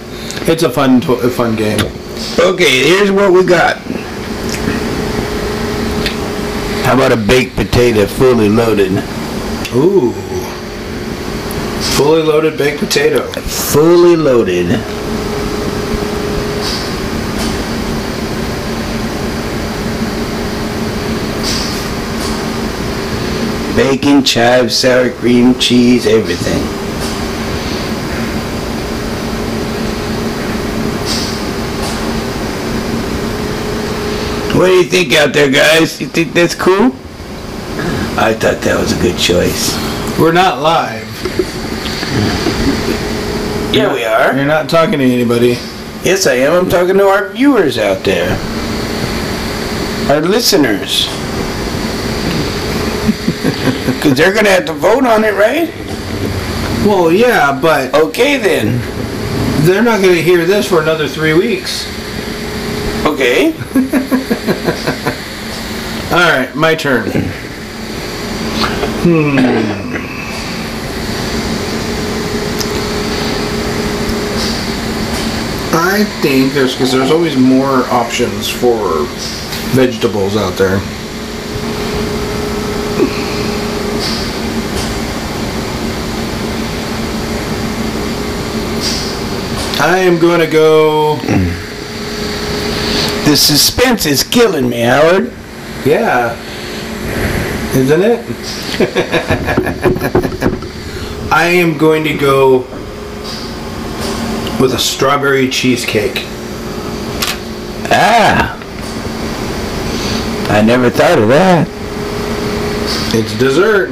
Speaker 4: it's a fun, to- a fun game.
Speaker 2: Okay, here's what we got. How about a baked potato fully loaded?
Speaker 4: Ooh, fully loaded baked potato.
Speaker 2: Fully loaded. Bacon, chives, sour cream, cheese, everything. What do you think out there, guys? You think that's cool? I thought that was a good choice.
Speaker 4: We're not live.
Speaker 2: Here we are.
Speaker 4: You're not talking to anybody.
Speaker 2: Yes, I am. I'm talking to our viewers out there, our listeners. Because they're going to have to vote on it, right?
Speaker 4: Well, yeah, but
Speaker 2: Okay, then.
Speaker 4: they're not going to hear this for another three weeks.
Speaker 2: Okay.
Speaker 4: All right, my turn. Hmm. I think there's because there's always more options for vegetables out there. I am going to go.
Speaker 2: The suspense is killing me, Howard.
Speaker 4: Yeah. Isn't it? I am going to go with a strawberry cheesecake.
Speaker 2: Ah. I never thought of that.
Speaker 4: It's dessert.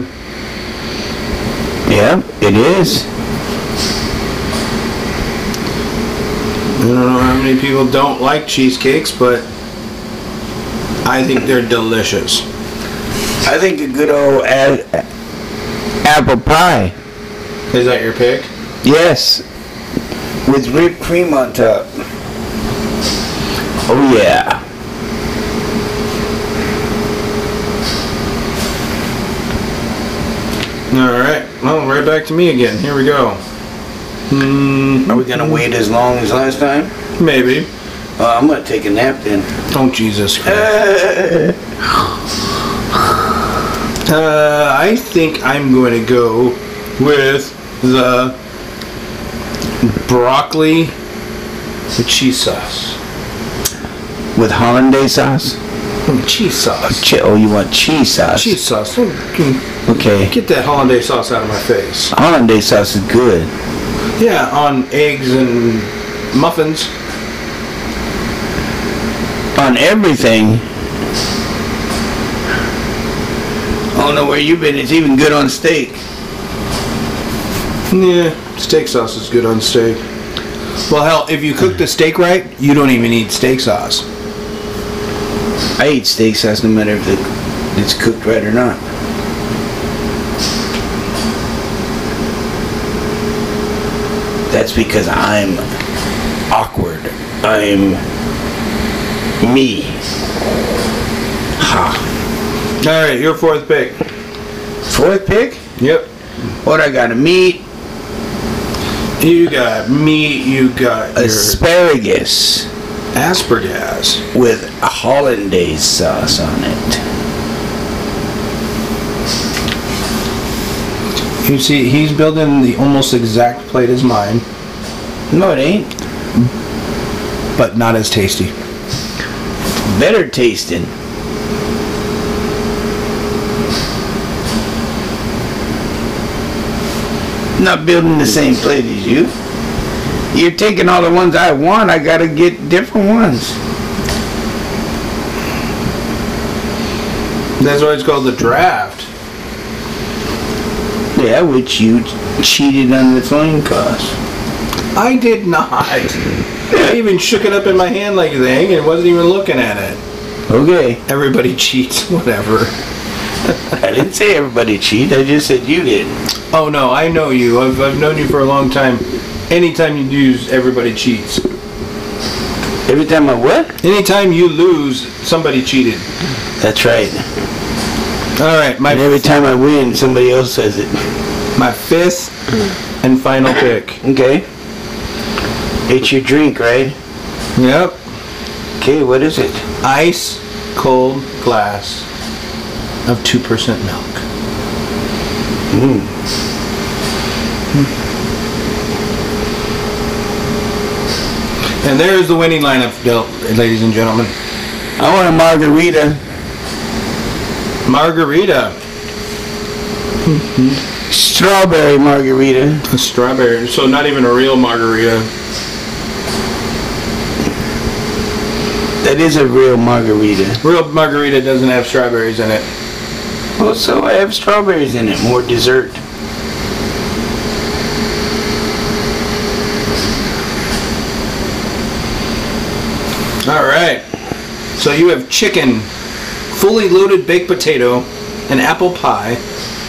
Speaker 2: Yeah, it is.
Speaker 4: I don't know how many people don't like cheesecakes, but I think they're delicious.
Speaker 2: I think a good old a- apple pie.
Speaker 4: Is that your pick?
Speaker 2: Yes. With whipped cream on top. Oh, yeah.
Speaker 4: All right. Well, right back to me again. Here we go. Hmm.
Speaker 2: Are we gonna wait as long as last time?
Speaker 4: Maybe.
Speaker 2: Uh, I'm gonna take a nap then.
Speaker 4: Oh Jesus Christ. Uh, I think I'm going to go with the broccoli with cheese sauce.
Speaker 2: With hollandaise sauce?
Speaker 4: Mm, Cheese sauce.
Speaker 2: Che- oh, you want cheese sauce?
Speaker 4: Cheese sauce. Mm,
Speaker 2: Okay.
Speaker 4: Get that hollandaise sauce out of my face.
Speaker 2: Hollandaise sauce is good.
Speaker 4: Yeah, on eggs and muffins.
Speaker 2: On everything. I don't know where you've been. It's even good on steak.
Speaker 4: Yeah, steak sauce is good on steak. Well, hell, if you cook the steak right, you don't even need steak sauce.
Speaker 2: I eat steak sauce no matter if it- it's cooked right or not. That's because I'm awkward. I'm me. Ha.
Speaker 4: All right, your fourth pick.
Speaker 2: Fourth pick?
Speaker 4: Yep.
Speaker 2: What I got? A meat,
Speaker 4: You got meat, you got your
Speaker 2: asparagus
Speaker 4: aspergas.
Speaker 2: with a hollandaise sauce on it.
Speaker 4: You see, he's building the almost exact plate as mine,
Speaker 2: No, it ain't.
Speaker 4: but not as tasty.
Speaker 2: Better tasting. Not building the same plate as you. You're taking all the ones I want. I gotta get different ones.
Speaker 4: That's why it's called the draft.
Speaker 2: Yeah, which you cheated on the coin cost.
Speaker 4: I did not. I even shook it up in my hand like a thing and wasn't even looking at it.
Speaker 2: Okay.
Speaker 4: Everybody cheats, whatever.
Speaker 2: I didn't say everybody cheat. I just said you did.
Speaker 4: Oh no, I know you. I've, I've known you for a long time. Anytime you lose, everybody cheats.
Speaker 2: Every time I what?
Speaker 4: Anytime you lose, somebody cheated.
Speaker 2: That's right.
Speaker 4: All right, my
Speaker 2: And every time I win, somebody else says it.
Speaker 4: my fifth and final pick.
Speaker 2: Okay. It's your drink, right?
Speaker 4: Yep.
Speaker 2: Okay, what is it?
Speaker 4: ice cold glass of 2% milk. Hmm. And there's the winning lineup, del- ladies and gentlemen.
Speaker 2: I want a margarita.
Speaker 4: Margarita,
Speaker 2: Strawberry margarita.
Speaker 4: a strawberry, so not even a real margarita.
Speaker 2: That is a real margarita.
Speaker 4: Real margarita doesn't have strawberries in it.
Speaker 2: Also, I have strawberries in it. More dessert.
Speaker 4: All right. So you have chicken, fully loaded baked potato, an apple pie,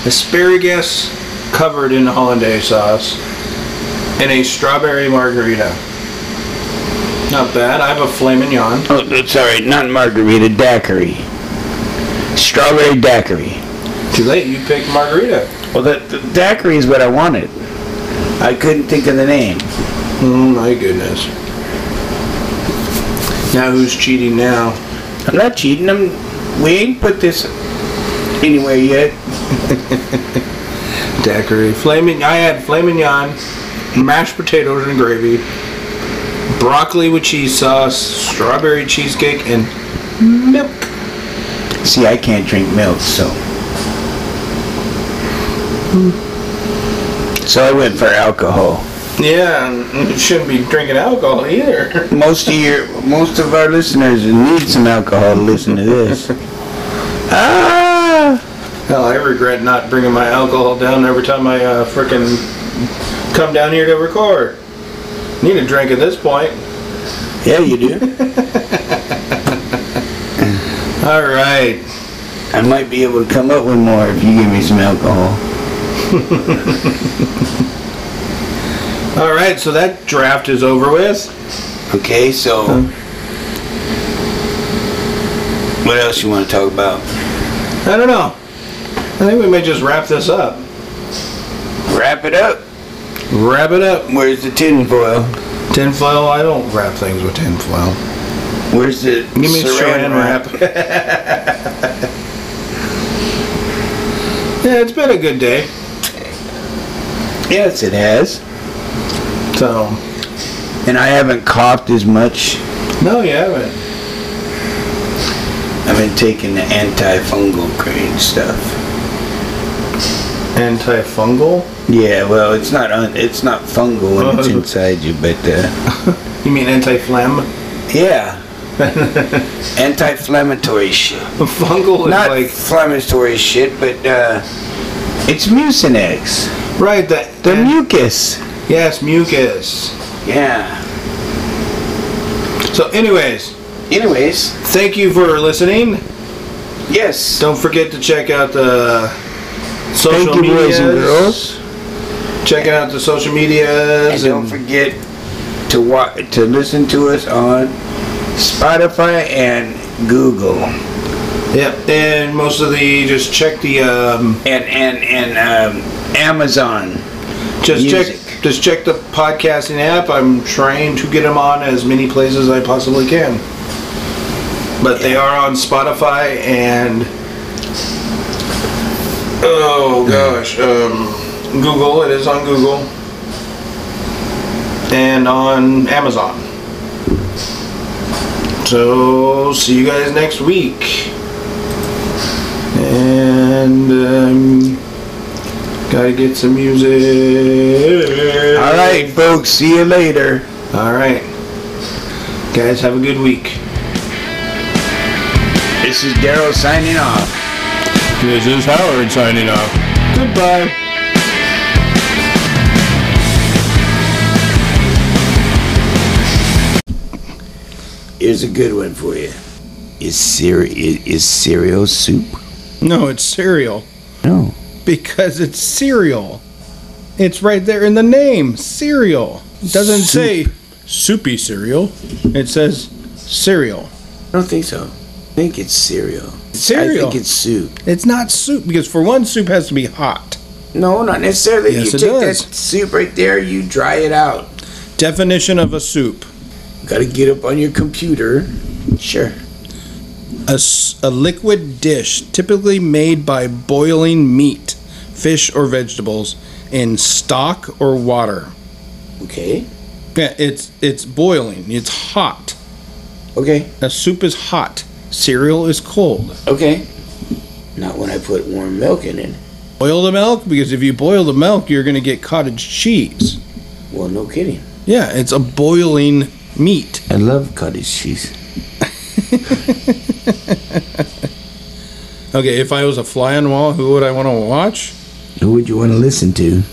Speaker 4: asparagus covered in hollandaise sauce, and a strawberry margarita. Not bad. I have a filet mignon.
Speaker 2: Oh, no, sorry, not margarita, daiquiri. Strawberry daiquiri.
Speaker 4: Too late. You picked margarita.
Speaker 2: Well, the, the daiquiri is what I wanted. I couldn't think of the name.
Speaker 4: Oh my goodness. Now who's cheating now?
Speaker 2: I'm not cheating. I'm, we ain't put this anywhere yet.
Speaker 4: Daiquiri. Flaming. I had filet mignon, mashed potatoes and gravy, broccoli with cheese sauce, strawberry cheesecake, and milk.
Speaker 2: See, I can't drink milk, so. So I went for alcohol.
Speaker 4: Yeah, and you shouldn't be drinking alcohol either.
Speaker 2: Most of your, most of our listeners need some alcohol to listen to this. ah!
Speaker 4: Hell, I regret not bringing my alcohol down every time I uh, frickin' come down here to record. Need a drink at this point.
Speaker 2: Yeah, you do.
Speaker 4: All right.
Speaker 2: I might be able to come up with more if you give me some alcohol.
Speaker 4: All right, so that draft is over with.
Speaker 2: Okay, so what else you want to talk about?
Speaker 4: I don't know. I think we may just wrap this up.
Speaker 2: Wrap it up.
Speaker 4: Wrap it up.
Speaker 2: Where's the tin foil?
Speaker 4: Tinfoil? I don't wrap things with tinfoil.
Speaker 2: Where's the
Speaker 4: Give me saran, wrap. yeah, it's been a good day.
Speaker 2: Yes, it has.
Speaker 4: So,
Speaker 2: And I haven't coughed as much.
Speaker 4: no, you haven't.
Speaker 2: I've been taking the antifungal cream stuff.
Speaker 4: Antifungal?
Speaker 2: Yeah, well, it's not un- it's not fungal when it's
Speaker 4: Oh.
Speaker 2: inside you, but uh,
Speaker 4: You mean anti-phlegm?
Speaker 2: yeah, anti-inflammatory shit.
Speaker 4: Fungal is
Speaker 2: Not
Speaker 4: like
Speaker 2: inflammatory shit, but uh, it's mucinex.
Speaker 4: right. That
Speaker 2: The mucus.
Speaker 4: yes, mucus.
Speaker 2: Yeah.
Speaker 4: So, anyways,
Speaker 2: Anyways,
Speaker 4: thank you for listening.
Speaker 2: yes.
Speaker 4: Don't forget to check out the social
Speaker 2: Thank you,
Speaker 4: media.
Speaker 2: boys and girls.
Speaker 4: Check out the social medias
Speaker 2: And don't forget to wa- to listen to us on Spotify and Google
Speaker 4: Yep, and most of the just check the um,
Speaker 2: and and and um, Amazon.
Speaker 4: just
Speaker 2: Music.
Speaker 4: check just check the podcasting app. I'm trying to get them on as many places I possibly can, but they are on Spotify and oh gosh, um, Google. It is on Google and on Amazon. So see you guys next week. And um, gotta get some music.
Speaker 2: All right, folks. See you later.
Speaker 4: All right. Guys, have a good week.
Speaker 2: This is Daryl signing off.
Speaker 4: This is Howard signing off. Goodbye.
Speaker 2: Here's a good one for you. Is cere- is, is cereal soup?
Speaker 4: No, it's cereal
Speaker 2: No.
Speaker 4: because it's cereal. It's right there in the name, cereal. It doesn't say soupy cereal. It says cereal.
Speaker 2: I don't think so. I think it's cereal.
Speaker 4: Cereal.
Speaker 2: I think it's soup.
Speaker 4: It's not soup because for one, soup has to be hot.
Speaker 2: No, not necessarily.
Speaker 4: Yes,
Speaker 2: you
Speaker 4: it
Speaker 2: take
Speaker 4: does.
Speaker 2: that soup right there, you dry it out.
Speaker 4: Definition of a soup:
Speaker 2: Got to get up on your computer. Sure.
Speaker 4: a, s- a liquid dish typically made by boiling meat, fish, or vegetables in stock or water.
Speaker 2: Okay.
Speaker 4: Yeah, it's it's boiling. It's hot.
Speaker 2: Okay.
Speaker 4: A soup is hot. Cereal is cold.
Speaker 2: Okay. Not when I put warm milk in it.
Speaker 4: Boil the milk because if you boil the milk, you're gonna get cottage cheese.
Speaker 2: Well, no kidding.
Speaker 4: Yeah, it's a boiling meat.
Speaker 2: I love cottage cheese.
Speaker 4: Okay, if I was a fly on the wall, who would I want to watch?
Speaker 2: Who would you want to listen to?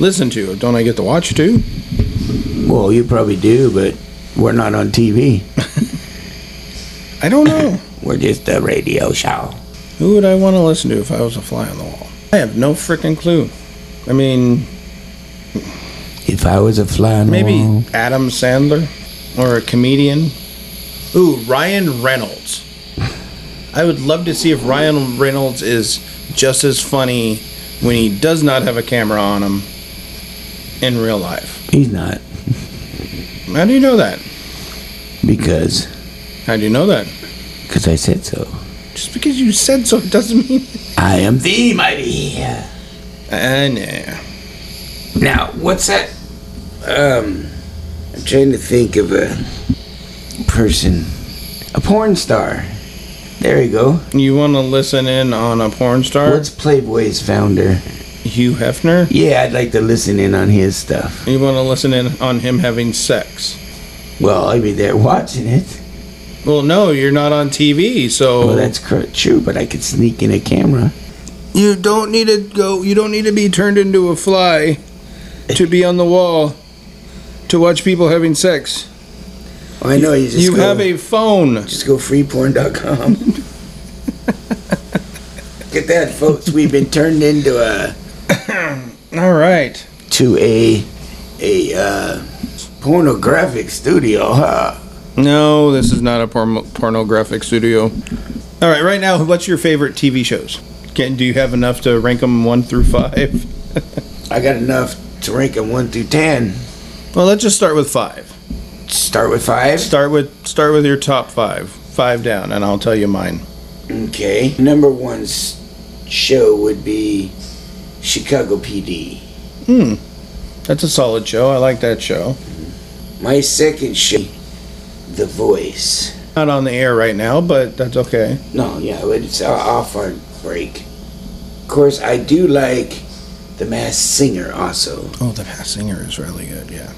Speaker 4: Listen to. Don't I get to watch too?
Speaker 2: Well, you probably do, but we're not on TV.
Speaker 6: I don't know.
Speaker 2: We're just a radio show.
Speaker 6: Who would I want to listen to if I was a fly on the wall? I have no freaking clue. I mean,
Speaker 2: If I was a fly on the
Speaker 6: maybe
Speaker 2: wall-
Speaker 6: Adam Sandler or a comedian. Ooh, Ryan Reynolds. I would love to see if Ryan Reynolds is just as funny when he does not have a camera on him in real life.
Speaker 2: he's not
Speaker 6: How do you know that?
Speaker 2: because
Speaker 6: How do you know that?
Speaker 2: because I said so.
Speaker 6: Just because you said so doesn't mean.
Speaker 2: I am the mighty.
Speaker 6: Uh, nah.
Speaker 2: Now, what's that? Um, I'm trying to think of a person, a porn star. There you go.
Speaker 6: You want to listen in on a porn star?
Speaker 2: What's Playboy's founder?
Speaker 6: Hugh Hefner?
Speaker 2: Yeah, I'd like to listen in on his stuff.
Speaker 6: You want to listen in on him having sex?
Speaker 2: Well, I'd be there watching it.
Speaker 6: Well, no, you're not on TV, so
Speaker 2: Well, that's cr- true, but I could sneak in a camera.
Speaker 6: you don't need to go. You don't need to be turned into a fly to be on the wall to watch people having sex.
Speaker 2: Oh, I know you just
Speaker 6: you
Speaker 2: go,
Speaker 6: have a phone.
Speaker 2: just go freeporn.com. Look at that, folks. We've been turned into a
Speaker 6: All right.
Speaker 2: to a a uh, pornographic studio, huh?
Speaker 6: No, this is not a porno pornographic studio. All right, right now, what's your favorite TV shows? Can do you have enough to rank them one through five?
Speaker 2: I got enough to rank them one through ten.
Speaker 6: Well, let's just start with five.
Speaker 2: Start with five.
Speaker 6: Start with start with your top five, five down, and I'll tell you mine.
Speaker 2: Okay. Number one s- show would be Chicago PD.
Speaker 6: Hmm. That's a solid show. I like that show.
Speaker 2: My second show, The Voice.
Speaker 6: Not on the air right now, but that's okay.
Speaker 2: No, yeah, but it's uh, o- off our break. Of course, I do like The Masked Singer also,
Speaker 6: Oh, the Masked Singer is really good. Yeah.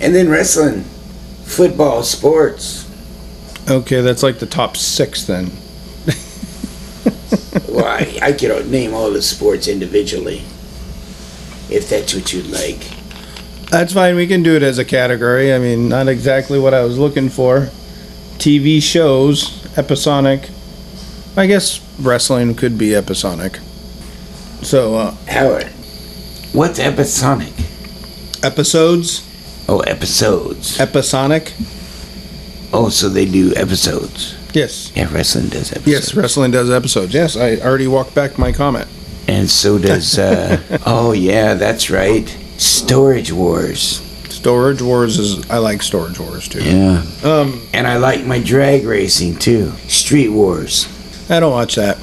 Speaker 2: and then wrestling, football, sports.
Speaker 6: Okay, that's like the top six then.
Speaker 2: Well, I, I could name all the sports individually, if that's what you'd like.
Speaker 6: That's fine. We can do it as a category. I mean, not exactly what I was looking for. TV shows, episodic. I guess wrestling could be episodic. So uh,
Speaker 2: Howard, what's episonic?
Speaker 6: episodes,
Speaker 2: Oh, episodes.
Speaker 6: episodic.
Speaker 2: Oh, so they do episodes.
Speaker 6: Yes.
Speaker 2: Yeah, wrestling does episodes.
Speaker 6: Yes, wrestling does episodes. Yes, I already walked back my comment.
Speaker 2: And so does. Uh, oh, yeah, that's right. Storage Wars.
Speaker 6: Storage Wars is I like Storage Wars too.
Speaker 2: Yeah.
Speaker 6: Um,
Speaker 2: And I like my drag racing too. Street Wars.
Speaker 6: I don't watch that.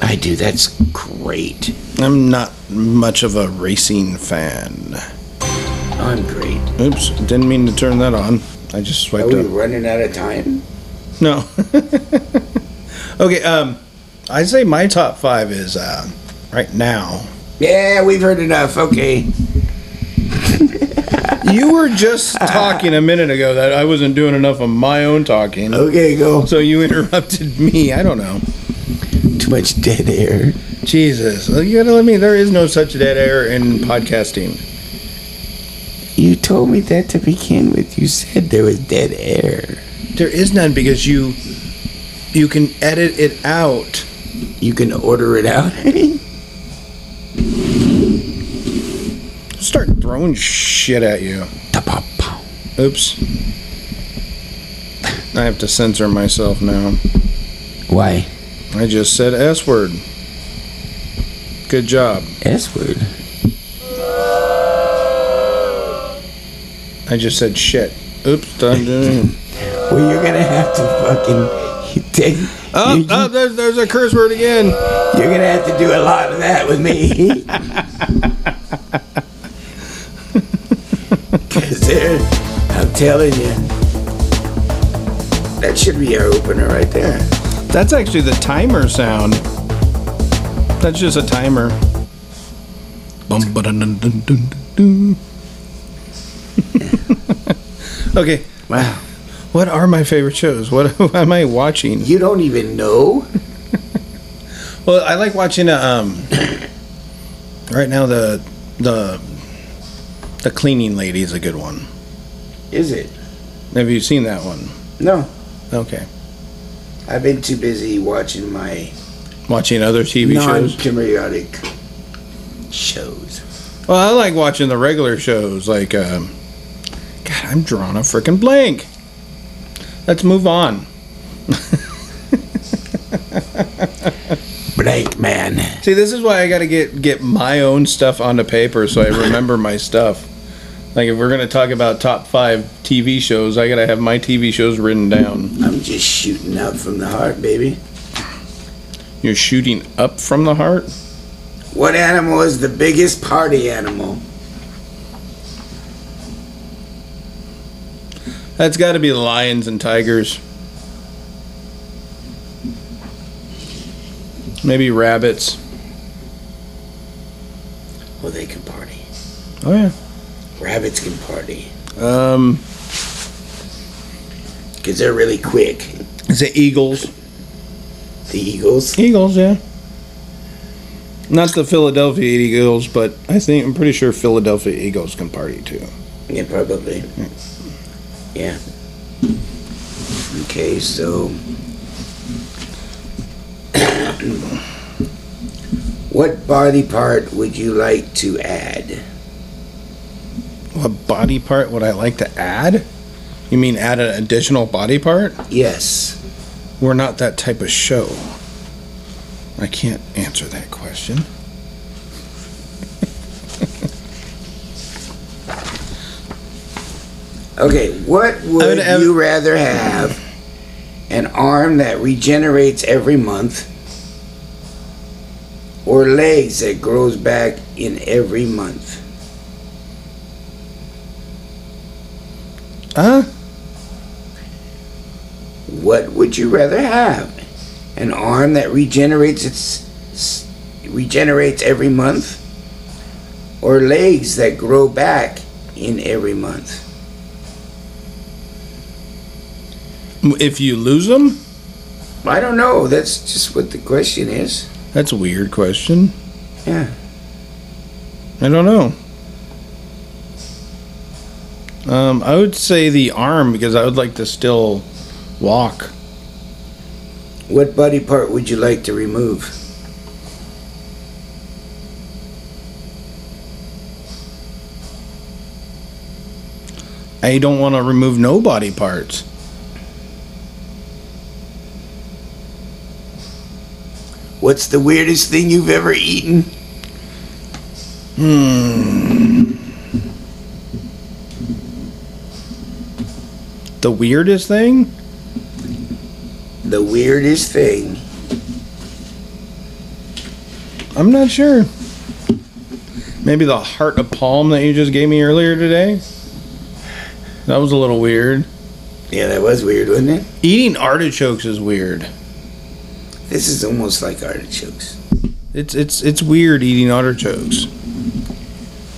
Speaker 2: I do. That's great.
Speaker 6: I'm not much of a racing fan.
Speaker 2: I'm great.
Speaker 6: Oops, didn't mean to turn that on. I just
Speaker 2: Are
Speaker 6: swiped
Speaker 2: we
Speaker 6: up.
Speaker 2: running out of time?
Speaker 6: No. okay, um, I'd say my top five is uh, right now.
Speaker 2: Yeah, we've heard enough. Okay.
Speaker 6: You were just talking a minute ago that I wasn't doing enough of my own talking.
Speaker 2: Okay, go.
Speaker 6: So you interrupted me. I don't know.
Speaker 2: Too much dead air.
Speaker 6: Jesus, you gotta let me. There is no such dead air in podcasting.
Speaker 2: You told me that to begin with. You said there was dead air.
Speaker 6: There is none because you you can edit it out.
Speaker 2: You can order it out.
Speaker 6: Start throwing shit at you. Oops. I have to censor myself now.
Speaker 2: Why?
Speaker 6: I just said S word. Good job.
Speaker 2: S word.
Speaker 6: I just said shit. Oops, done doing.
Speaker 2: Well, you're gonna have to fucking you take.
Speaker 6: Oh,
Speaker 2: you,
Speaker 6: oh, there's, there's a curse word again.
Speaker 2: You're gonna have to do a lot of that with me. Cause there, I'm telling you, that should be our opener right there.
Speaker 6: That's actually the timer sound. That's just a timer. Bum, ba-dun-dun, dun, dun, dun, dun. okay,
Speaker 2: Wow.
Speaker 6: what are my favorite shows? What am I watching?
Speaker 2: You don't even know.
Speaker 6: Well, I like watching uh, um right now the the the cleaning lady is a good one.
Speaker 2: Is it?
Speaker 6: Have you seen that one?
Speaker 2: No.
Speaker 6: Okay.
Speaker 2: I've been too busy watching my
Speaker 6: Watching other TV shows.
Speaker 2: non-periodic shows.
Speaker 6: Well, I like watching the regular shows. Like, um, God, I'm drawing a freaking blank. Let's move on.
Speaker 2: Blake man.
Speaker 6: See, this is why I got to get get my own stuff onto paper so I remember my stuff. Like, if we're gonna talk about top five TV shows, I gotta have my TV shows written down.
Speaker 2: I'm just shooting out from the heart, baby.
Speaker 6: You're shooting up from the heart.
Speaker 2: What animal is the biggest party animal?
Speaker 6: That's got to be lions and tigers. Maybe rabbits.
Speaker 2: Well, they can party.
Speaker 6: Oh yeah.
Speaker 2: Rabbits can party.
Speaker 6: Um,
Speaker 2: Because they're really quick.
Speaker 6: is it eagles?
Speaker 2: The eagles.
Speaker 6: Eagles, yeah. Not the Philadelphia Eagles, but I think I'm pretty sure Philadelphia Eagles can party too.
Speaker 2: Yeah, probably. Yeah. Okay, so. what body part would you like to add?
Speaker 6: What body part would I like to add? You mean add an additional body part?
Speaker 2: Yes.
Speaker 6: We're not that type of show. I can't answer that question.
Speaker 2: Okay, what would
Speaker 6: would have-
Speaker 2: you rather have? An arm that regenerates every month or legs that grows back in every month?
Speaker 6: Huh?
Speaker 2: What would you rather have? An arm that regenerates its s- regenerates every month or legs that grow back in every month?
Speaker 6: If you lose them?
Speaker 2: I don't know. That's just what the question is.
Speaker 6: That's a weird question.
Speaker 2: Yeah.
Speaker 6: I don't know. Um, I would say the arm because I would like to still walk.
Speaker 2: What body part would you like to remove?
Speaker 6: I don't want to remove no body parts.
Speaker 2: What's the weirdest thing you've ever eaten?
Speaker 6: The weirdest thing?
Speaker 2: The weirdest thing.
Speaker 6: I'm not sure. Maybe the heart of palm that you just gave me earlier today? That was a little weird.
Speaker 2: Yeah, that was weird, wasn't it?
Speaker 6: Eating artichokes is weird.
Speaker 2: This is almost like artichokes.
Speaker 6: It's it's it's weird eating artichokes.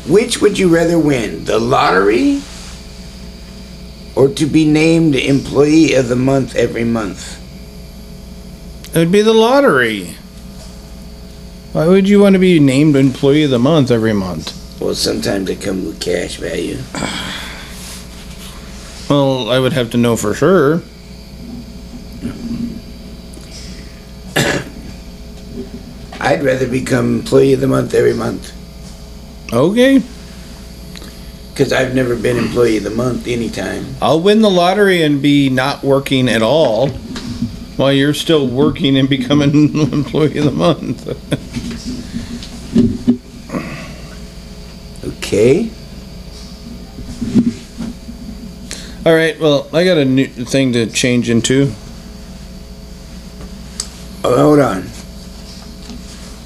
Speaker 2: Which would you rather win, the lottery or to be named employee of the month every month?
Speaker 6: It would be the lottery. Why would you want to be named employee of the month every month?
Speaker 2: Well, sometimes they come with cash value.
Speaker 6: Well, I would have to know for sure.
Speaker 2: I'd rather become employee of the month every month
Speaker 6: Okay,
Speaker 2: because I've never been employee of the month anytime.
Speaker 6: I'll win the lottery and be not working at all while you're still working and becoming employee of the month.
Speaker 2: Okay.
Speaker 6: All right. Well, I got a new thing to change into.
Speaker 2: Oh, hold on.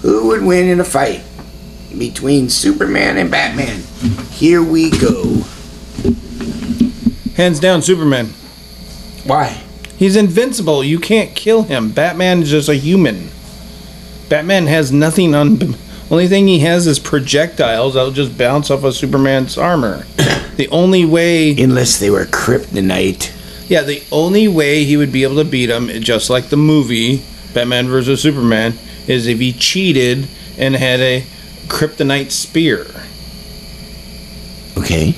Speaker 2: Who would win in a fight between Superman and Batman? Here we go.
Speaker 6: Hands down, Superman.
Speaker 2: Why?
Speaker 6: He's invincible. You can't kill him. Batman is just a human. Batman has nothing on. Only thing he has is projectiles that'll just bounce off of Superman's armor. the only way,
Speaker 2: Unless they were kryptonite.
Speaker 6: yeah, the only way he would be able to beat him, just like the movie Batman vs Superman, is if he cheated and had a kryptonite spear.
Speaker 2: Okay.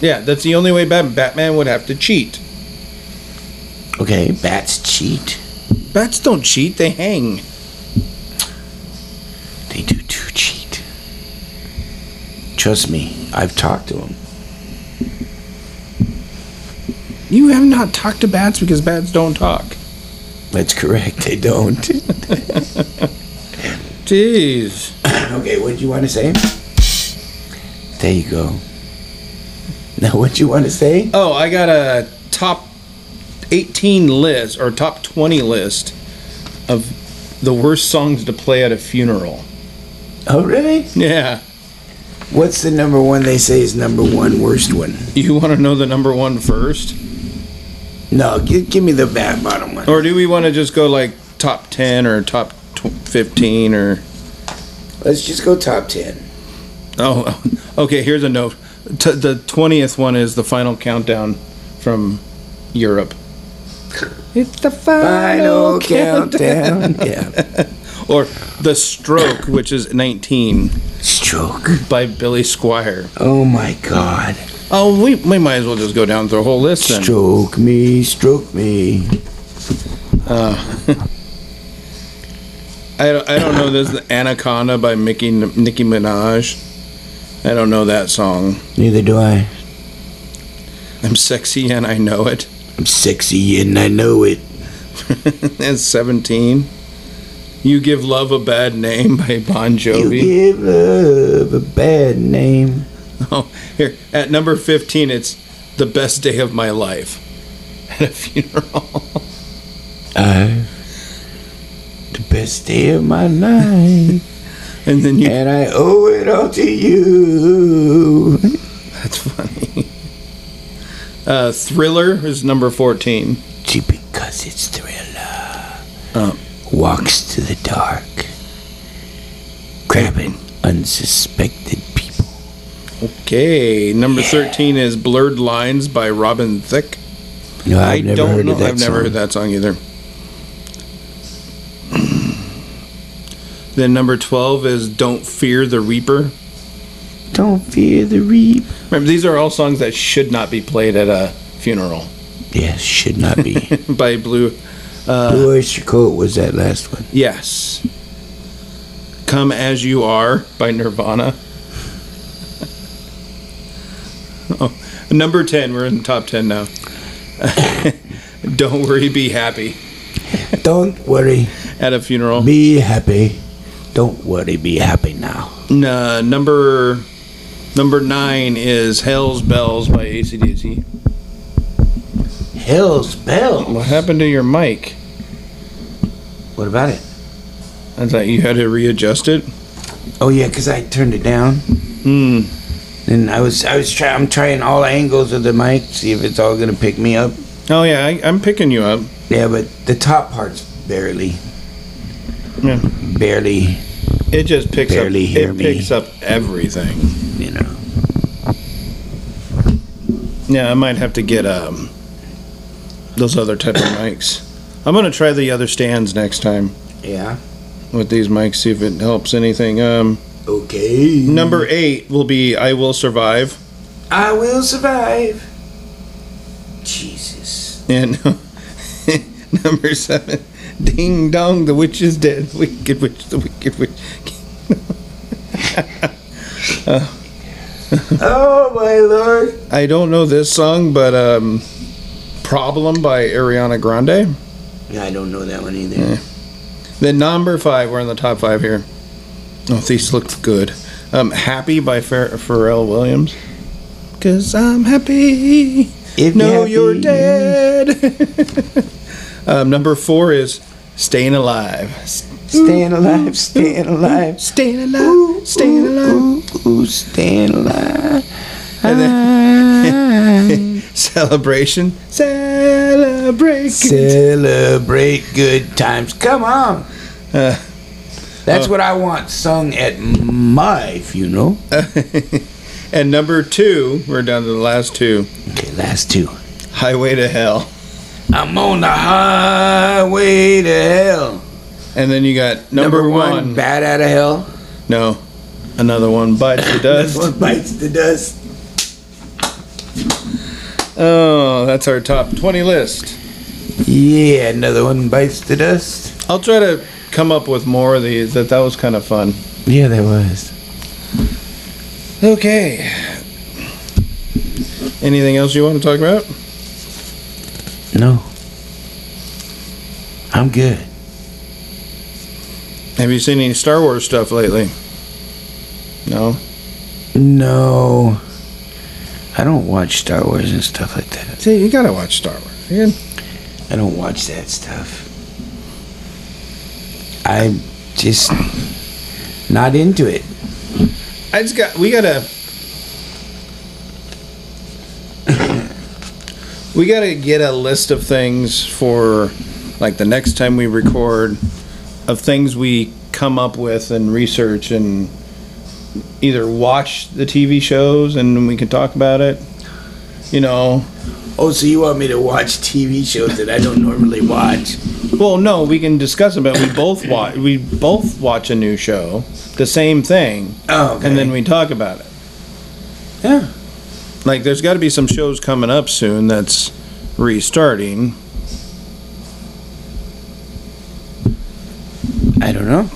Speaker 6: Yeah, that's the only way Bat- Batman would have to cheat.
Speaker 2: Okay. Bats cheat.
Speaker 6: Bats don't cheat, they hang.
Speaker 2: They do too cheat. Trust me, I've talked to them.
Speaker 6: You have not talked to bats because bats don't talk.
Speaker 2: That's correct, they don't.
Speaker 6: Jeez.
Speaker 2: okay, what do you want to say? There you go. Now, what you want to say?
Speaker 6: Oh, I got a top 18 list or top 20 list of the worst songs to play at a funeral.
Speaker 2: Oh, really?
Speaker 6: Yeah.
Speaker 2: What's the number one they say is number one worst one?
Speaker 6: You want to know the number one first?
Speaker 2: No, give, give me the bad bottom one.
Speaker 6: Or do we want to just go like top 10 or top tw- 15 or.
Speaker 2: Let's just go top ten.
Speaker 6: Oh, okay. Here's a note. T- the 20th one is the final countdown from Europe. It's the
Speaker 2: Oh, Final countdown. yeah.
Speaker 6: Or The Stroke, which is 19
Speaker 2: Stroke.
Speaker 6: by Billy Squire.
Speaker 2: Oh my God.
Speaker 6: Oh, we, we might as well just go down through the whole list then.
Speaker 2: Stroke me, stroke me.
Speaker 6: I don't, I don't know. There's the Anaconda by Mickey Nicki Minaj. I don't know that song.
Speaker 2: Neither do I.
Speaker 6: I'm sexy and I know it.
Speaker 2: I'm sexy and I know it.
Speaker 6: That's 17. You give love a bad name by Bon
Speaker 2: You
Speaker 6: Jovi.
Speaker 2: give love a bad name.
Speaker 6: Oh, here at number fifteen, it's the best day of my life at a funeral.
Speaker 2: I. The best day of my life.
Speaker 6: And then you,
Speaker 2: and I owe it all to you.
Speaker 6: that's funny. Uh, Thriller is number fourteen.
Speaker 2: See, because it's thriller.
Speaker 6: Oh.
Speaker 2: Walks to the dark, grabbing unsuspected people.
Speaker 6: Okay, number thirteen is Blurred Lines by Robin Thicke.
Speaker 2: No,
Speaker 6: I
Speaker 2: I've never
Speaker 6: don't
Speaker 2: heard
Speaker 6: know.
Speaker 2: of that
Speaker 6: I've never
Speaker 2: song.
Speaker 6: heard that song either. then number twelve is Don't Fear the Reaper.
Speaker 2: Don't fear the reap.
Speaker 6: Remember, these are all songs that should not be played at a funeral
Speaker 2: Yes, should not be.
Speaker 6: by Blue
Speaker 2: Blue Oyster Cult was that last one.
Speaker 6: Yes. Come As You Are by Nirvana. oh, number 10. We're in the top 10 now. Don't worry, be happy
Speaker 2: Don't worry,
Speaker 6: at a funeral.
Speaker 2: be happy. Don't worry, be happy now.
Speaker 6: N- uh, number number 9 is Hell's Bells by ACDC.
Speaker 2: Hell's bell.
Speaker 6: What happened to your mic?
Speaker 2: What about it?
Speaker 6: I thought you had to readjust it.
Speaker 2: Oh yeah, 'cause I turned it down.
Speaker 6: Hmm.
Speaker 2: And I was I was trying I'm trying all angles of the mic, see if it's all gonna pick me up.
Speaker 6: Oh, yeah, I, I'm picking you up.
Speaker 2: Yeah, but the top part's barely,
Speaker 6: Yeah.
Speaker 2: barely,
Speaker 6: It just picks
Speaker 2: Barely
Speaker 6: up.
Speaker 2: hear
Speaker 6: it
Speaker 2: me.
Speaker 6: picks up everything.
Speaker 2: you know.
Speaker 6: Yeah, I might have to get um those other type of mics. I'm gonna try the other stands next time
Speaker 2: Yeah.
Speaker 6: with these mics, see if it helps anything. Um,
Speaker 2: Okay.
Speaker 6: number eight will be "I Will Survive,"
Speaker 2: I will survive. Jesus.
Speaker 6: and number seven, "Ding Dong, the Witch is Dead." Wicked witch, the wicked witch.
Speaker 2: Oh my lord.
Speaker 6: I don't know this song, but um, "Problem" by Ariana Grande.
Speaker 2: Yeah, I don't know that one either.
Speaker 6: Then number five, we're in the top five here. Oh, these look good. Um, happy by Pharrell Pharrell Williams. Cause I'm happy.
Speaker 2: If
Speaker 6: No,
Speaker 2: happy-
Speaker 6: you're dead. um, number four is staying alive.
Speaker 2: Staying alive, staying alive,
Speaker 6: Staying alive.
Speaker 2: Ooh,
Speaker 6: staying
Speaker 2: ooh,
Speaker 6: alive.
Speaker 2: Ooh, ooh, staying alive. Ah.
Speaker 6: And then celebration. Celebrate.
Speaker 2: Celebrate good times. Come on.
Speaker 6: Uh,
Speaker 2: That's what I want sung at my funeral.
Speaker 6: and number two, we're down to the last two.
Speaker 2: Okay, last two.
Speaker 6: Highway to hell.
Speaker 2: I'm on the highway to hell.
Speaker 6: And then you got number, one.
Speaker 2: bad out of hell.
Speaker 6: No. Another one bites the
Speaker 2: This
Speaker 6: dust.
Speaker 2: one bites the dust.
Speaker 6: Oh, that's our top 20 list.
Speaker 7: Yeah, another one bites the dust.
Speaker 6: I'll try to come up with more of these. That that was kind of fun.
Speaker 7: Yeah, that was.
Speaker 6: Okay. Anything else you want to talk about?
Speaker 7: No. I'm good.
Speaker 6: Have you seen any Star Wars stuff lately? No.
Speaker 7: No. I don't watch Star Wars and stuff like that.
Speaker 6: See, you gotta watch Star Wars. You gotta-
Speaker 7: I don't watch that stuff. I'm just not into it.
Speaker 6: I just got. We gotta. we gotta get a list of things for, like, the next time we record, of things we come up with and research and either watch the TV shows and we can talk about it. You know,
Speaker 2: Oh, so you want me to watch TV shows that I don't normally watch?
Speaker 6: Well, no, we can discuss about we both watch we both watch a new show, the same thing,
Speaker 2: Oh, okay.
Speaker 6: and then we talk about it.
Speaker 2: Yeah.
Speaker 6: Like there's got to be some shows coming up soon that's restarting.
Speaker 7: I don't know.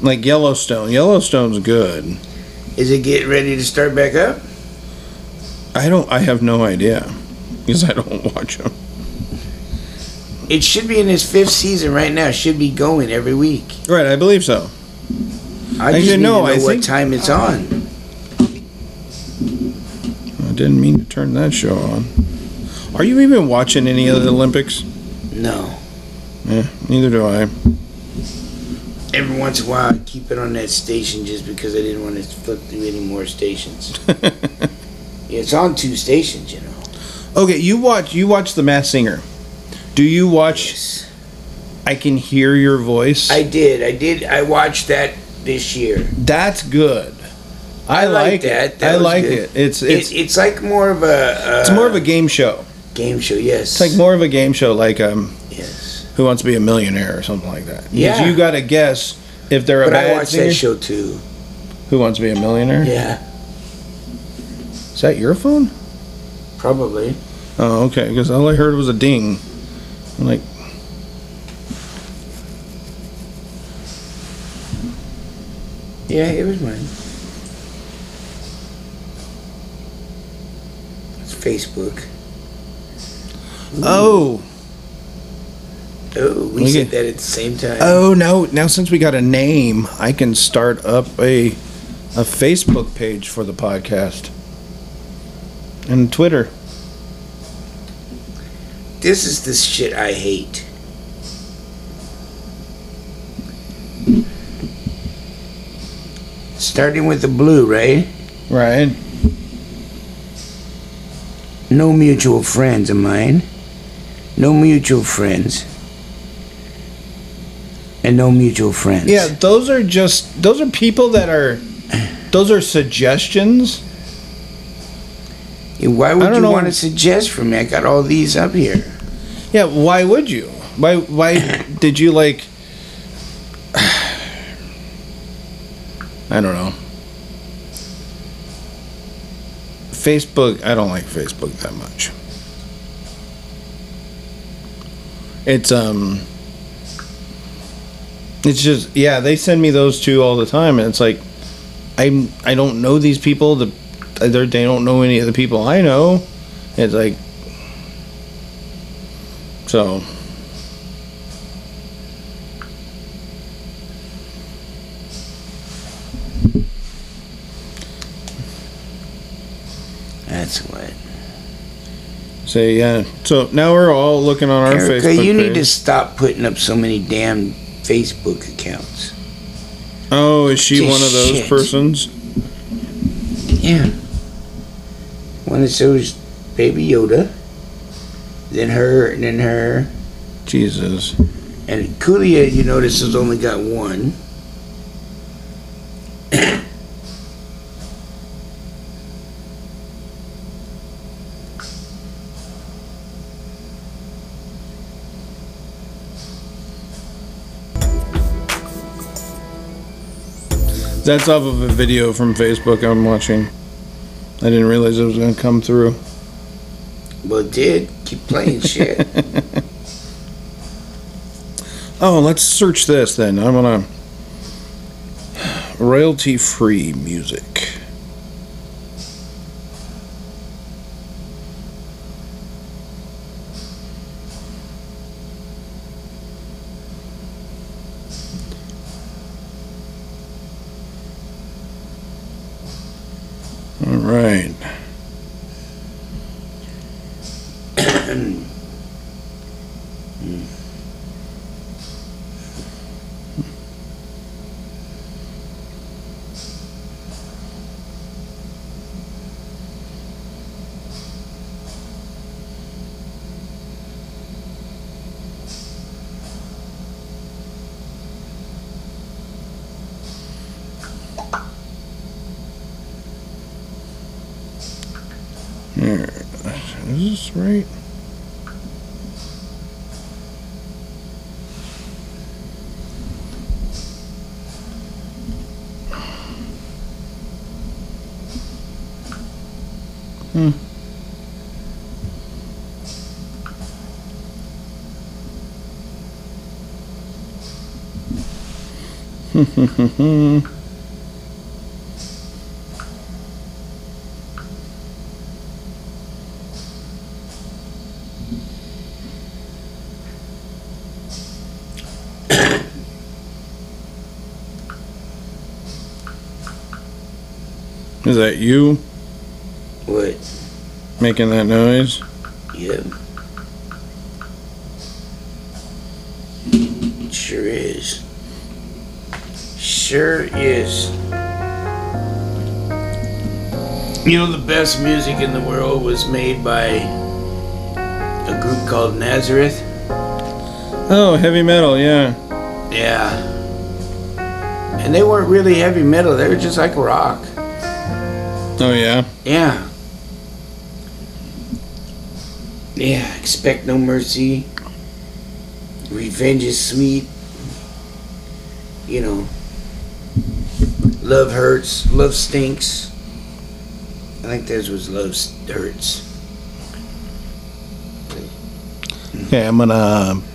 Speaker 6: Like Yellowstone. Yellowstone's good.
Speaker 2: Is it getting ready to start back up?
Speaker 6: I don't I have no idea because I don't watch them.
Speaker 2: It should be in its fifth season right now. It should be going every week.
Speaker 6: Right, I believe so.
Speaker 2: I
Speaker 6: Actually,
Speaker 2: just need to know
Speaker 6: no, I
Speaker 2: what
Speaker 6: think-
Speaker 2: time it's on.
Speaker 6: I didn't mean to turn that show on. Are you even watching any of the Olympics?
Speaker 2: No.
Speaker 6: Yeah, neither do I.
Speaker 2: Every once in a while, I keep it on that station just because I didn't want to flip through any more stations. Yeah, it's on two stations, you know.
Speaker 6: okay, you watch you watch The Mass Singer. Do you watch I Can Hear Your Voice?
Speaker 2: I did. I did. I watched that this year.
Speaker 6: That's good. I,
Speaker 2: I like
Speaker 6: like
Speaker 2: that.
Speaker 6: it.
Speaker 2: That
Speaker 6: I
Speaker 2: was
Speaker 6: like
Speaker 2: good.
Speaker 6: it.
Speaker 2: It's,
Speaker 6: It's it's
Speaker 2: it, it's like more of a. Uh,
Speaker 6: it's more of a game show.
Speaker 2: game show. Yes.
Speaker 6: It's like more of a game show, like um,
Speaker 2: Yes.
Speaker 6: Who Wants to Be a Millionaire or something like that. 'Cause
Speaker 2: Yeah.
Speaker 6: you got to guess if they're a
Speaker 2: But I
Speaker 6: bad
Speaker 2: watched
Speaker 6: singer.
Speaker 2: that show too.
Speaker 6: Who Wants to Be a Millionaire?
Speaker 2: Yeah,
Speaker 6: Is that your phone?
Speaker 2: probably.
Speaker 6: Oh, okay. Because all I heard was a ding. I'm like,
Speaker 2: Yeah, it was mine. It's Facebook.
Speaker 6: oh,
Speaker 2: Oh, we
Speaker 6: Okay.
Speaker 2: said that at the same time.
Speaker 6: oh no! Now since we got a name, I can start up a a Facebook page for the podcast and Twitter.
Speaker 2: This is the shit I hate. Starting with the blue, right?
Speaker 6: Right.
Speaker 2: No mutual friends of mine. No mutual friends. And no mutual friends.
Speaker 6: Yeah, those are just those are people that are those are suggestions.
Speaker 2: Yeah, Why
Speaker 6: I
Speaker 2: would
Speaker 6: don't
Speaker 2: you
Speaker 6: know.
Speaker 2: want to suggest for me? I got all these up here.
Speaker 6: Yeah, why would you? Why why did you like I don't know. Facebook, I don't like Facebook that much. It's um it's just yeah, they send me those two all the time and it's like I'm I don't know these people, the they're, they don't know any of the people I know. It's like so
Speaker 2: That's what.
Speaker 6: So yeah. So now we're all looking on our
Speaker 2: Erica,
Speaker 6: Facebook.
Speaker 2: you need to
Speaker 6: page.
Speaker 2: stop putting up so many damn Facebook accounts.
Speaker 6: Oh, is she
Speaker 2: Just
Speaker 6: one of those
Speaker 2: shit.
Speaker 6: persons?
Speaker 2: Yeah. One that shows Baby Yoda, then her, and then her.
Speaker 6: Jesus.
Speaker 2: And Kulia, you notice, has only got one.
Speaker 6: That's off of a video from Facebook I'm watching. I didn't realize it was gonna come through.
Speaker 7: Well, did keep playing shit.
Speaker 6: Oh, let's search this then. I'm gonna royalty free music. All right. Here. Is this right? Is that you
Speaker 7: what?
Speaker 6: making that noise?
Speaker 7: Yep. Sure is. Sure is. You know, the best music in the world was made by a group called Nazareth.
Speaker 6: Oh, heavy metal, yeah.
Speaker 7: Yeah. And they weren't really heavy metal, they were just like rock.
Speaker 6: Oh, yeah.
Speaker 7: Yeah. Yeah, expect no mercy. Revenge is sweet. You know. Love hurts. Love stinks. I think theirs was Love S- Hurts.
Speaker 6: Okay, I'm gonna um,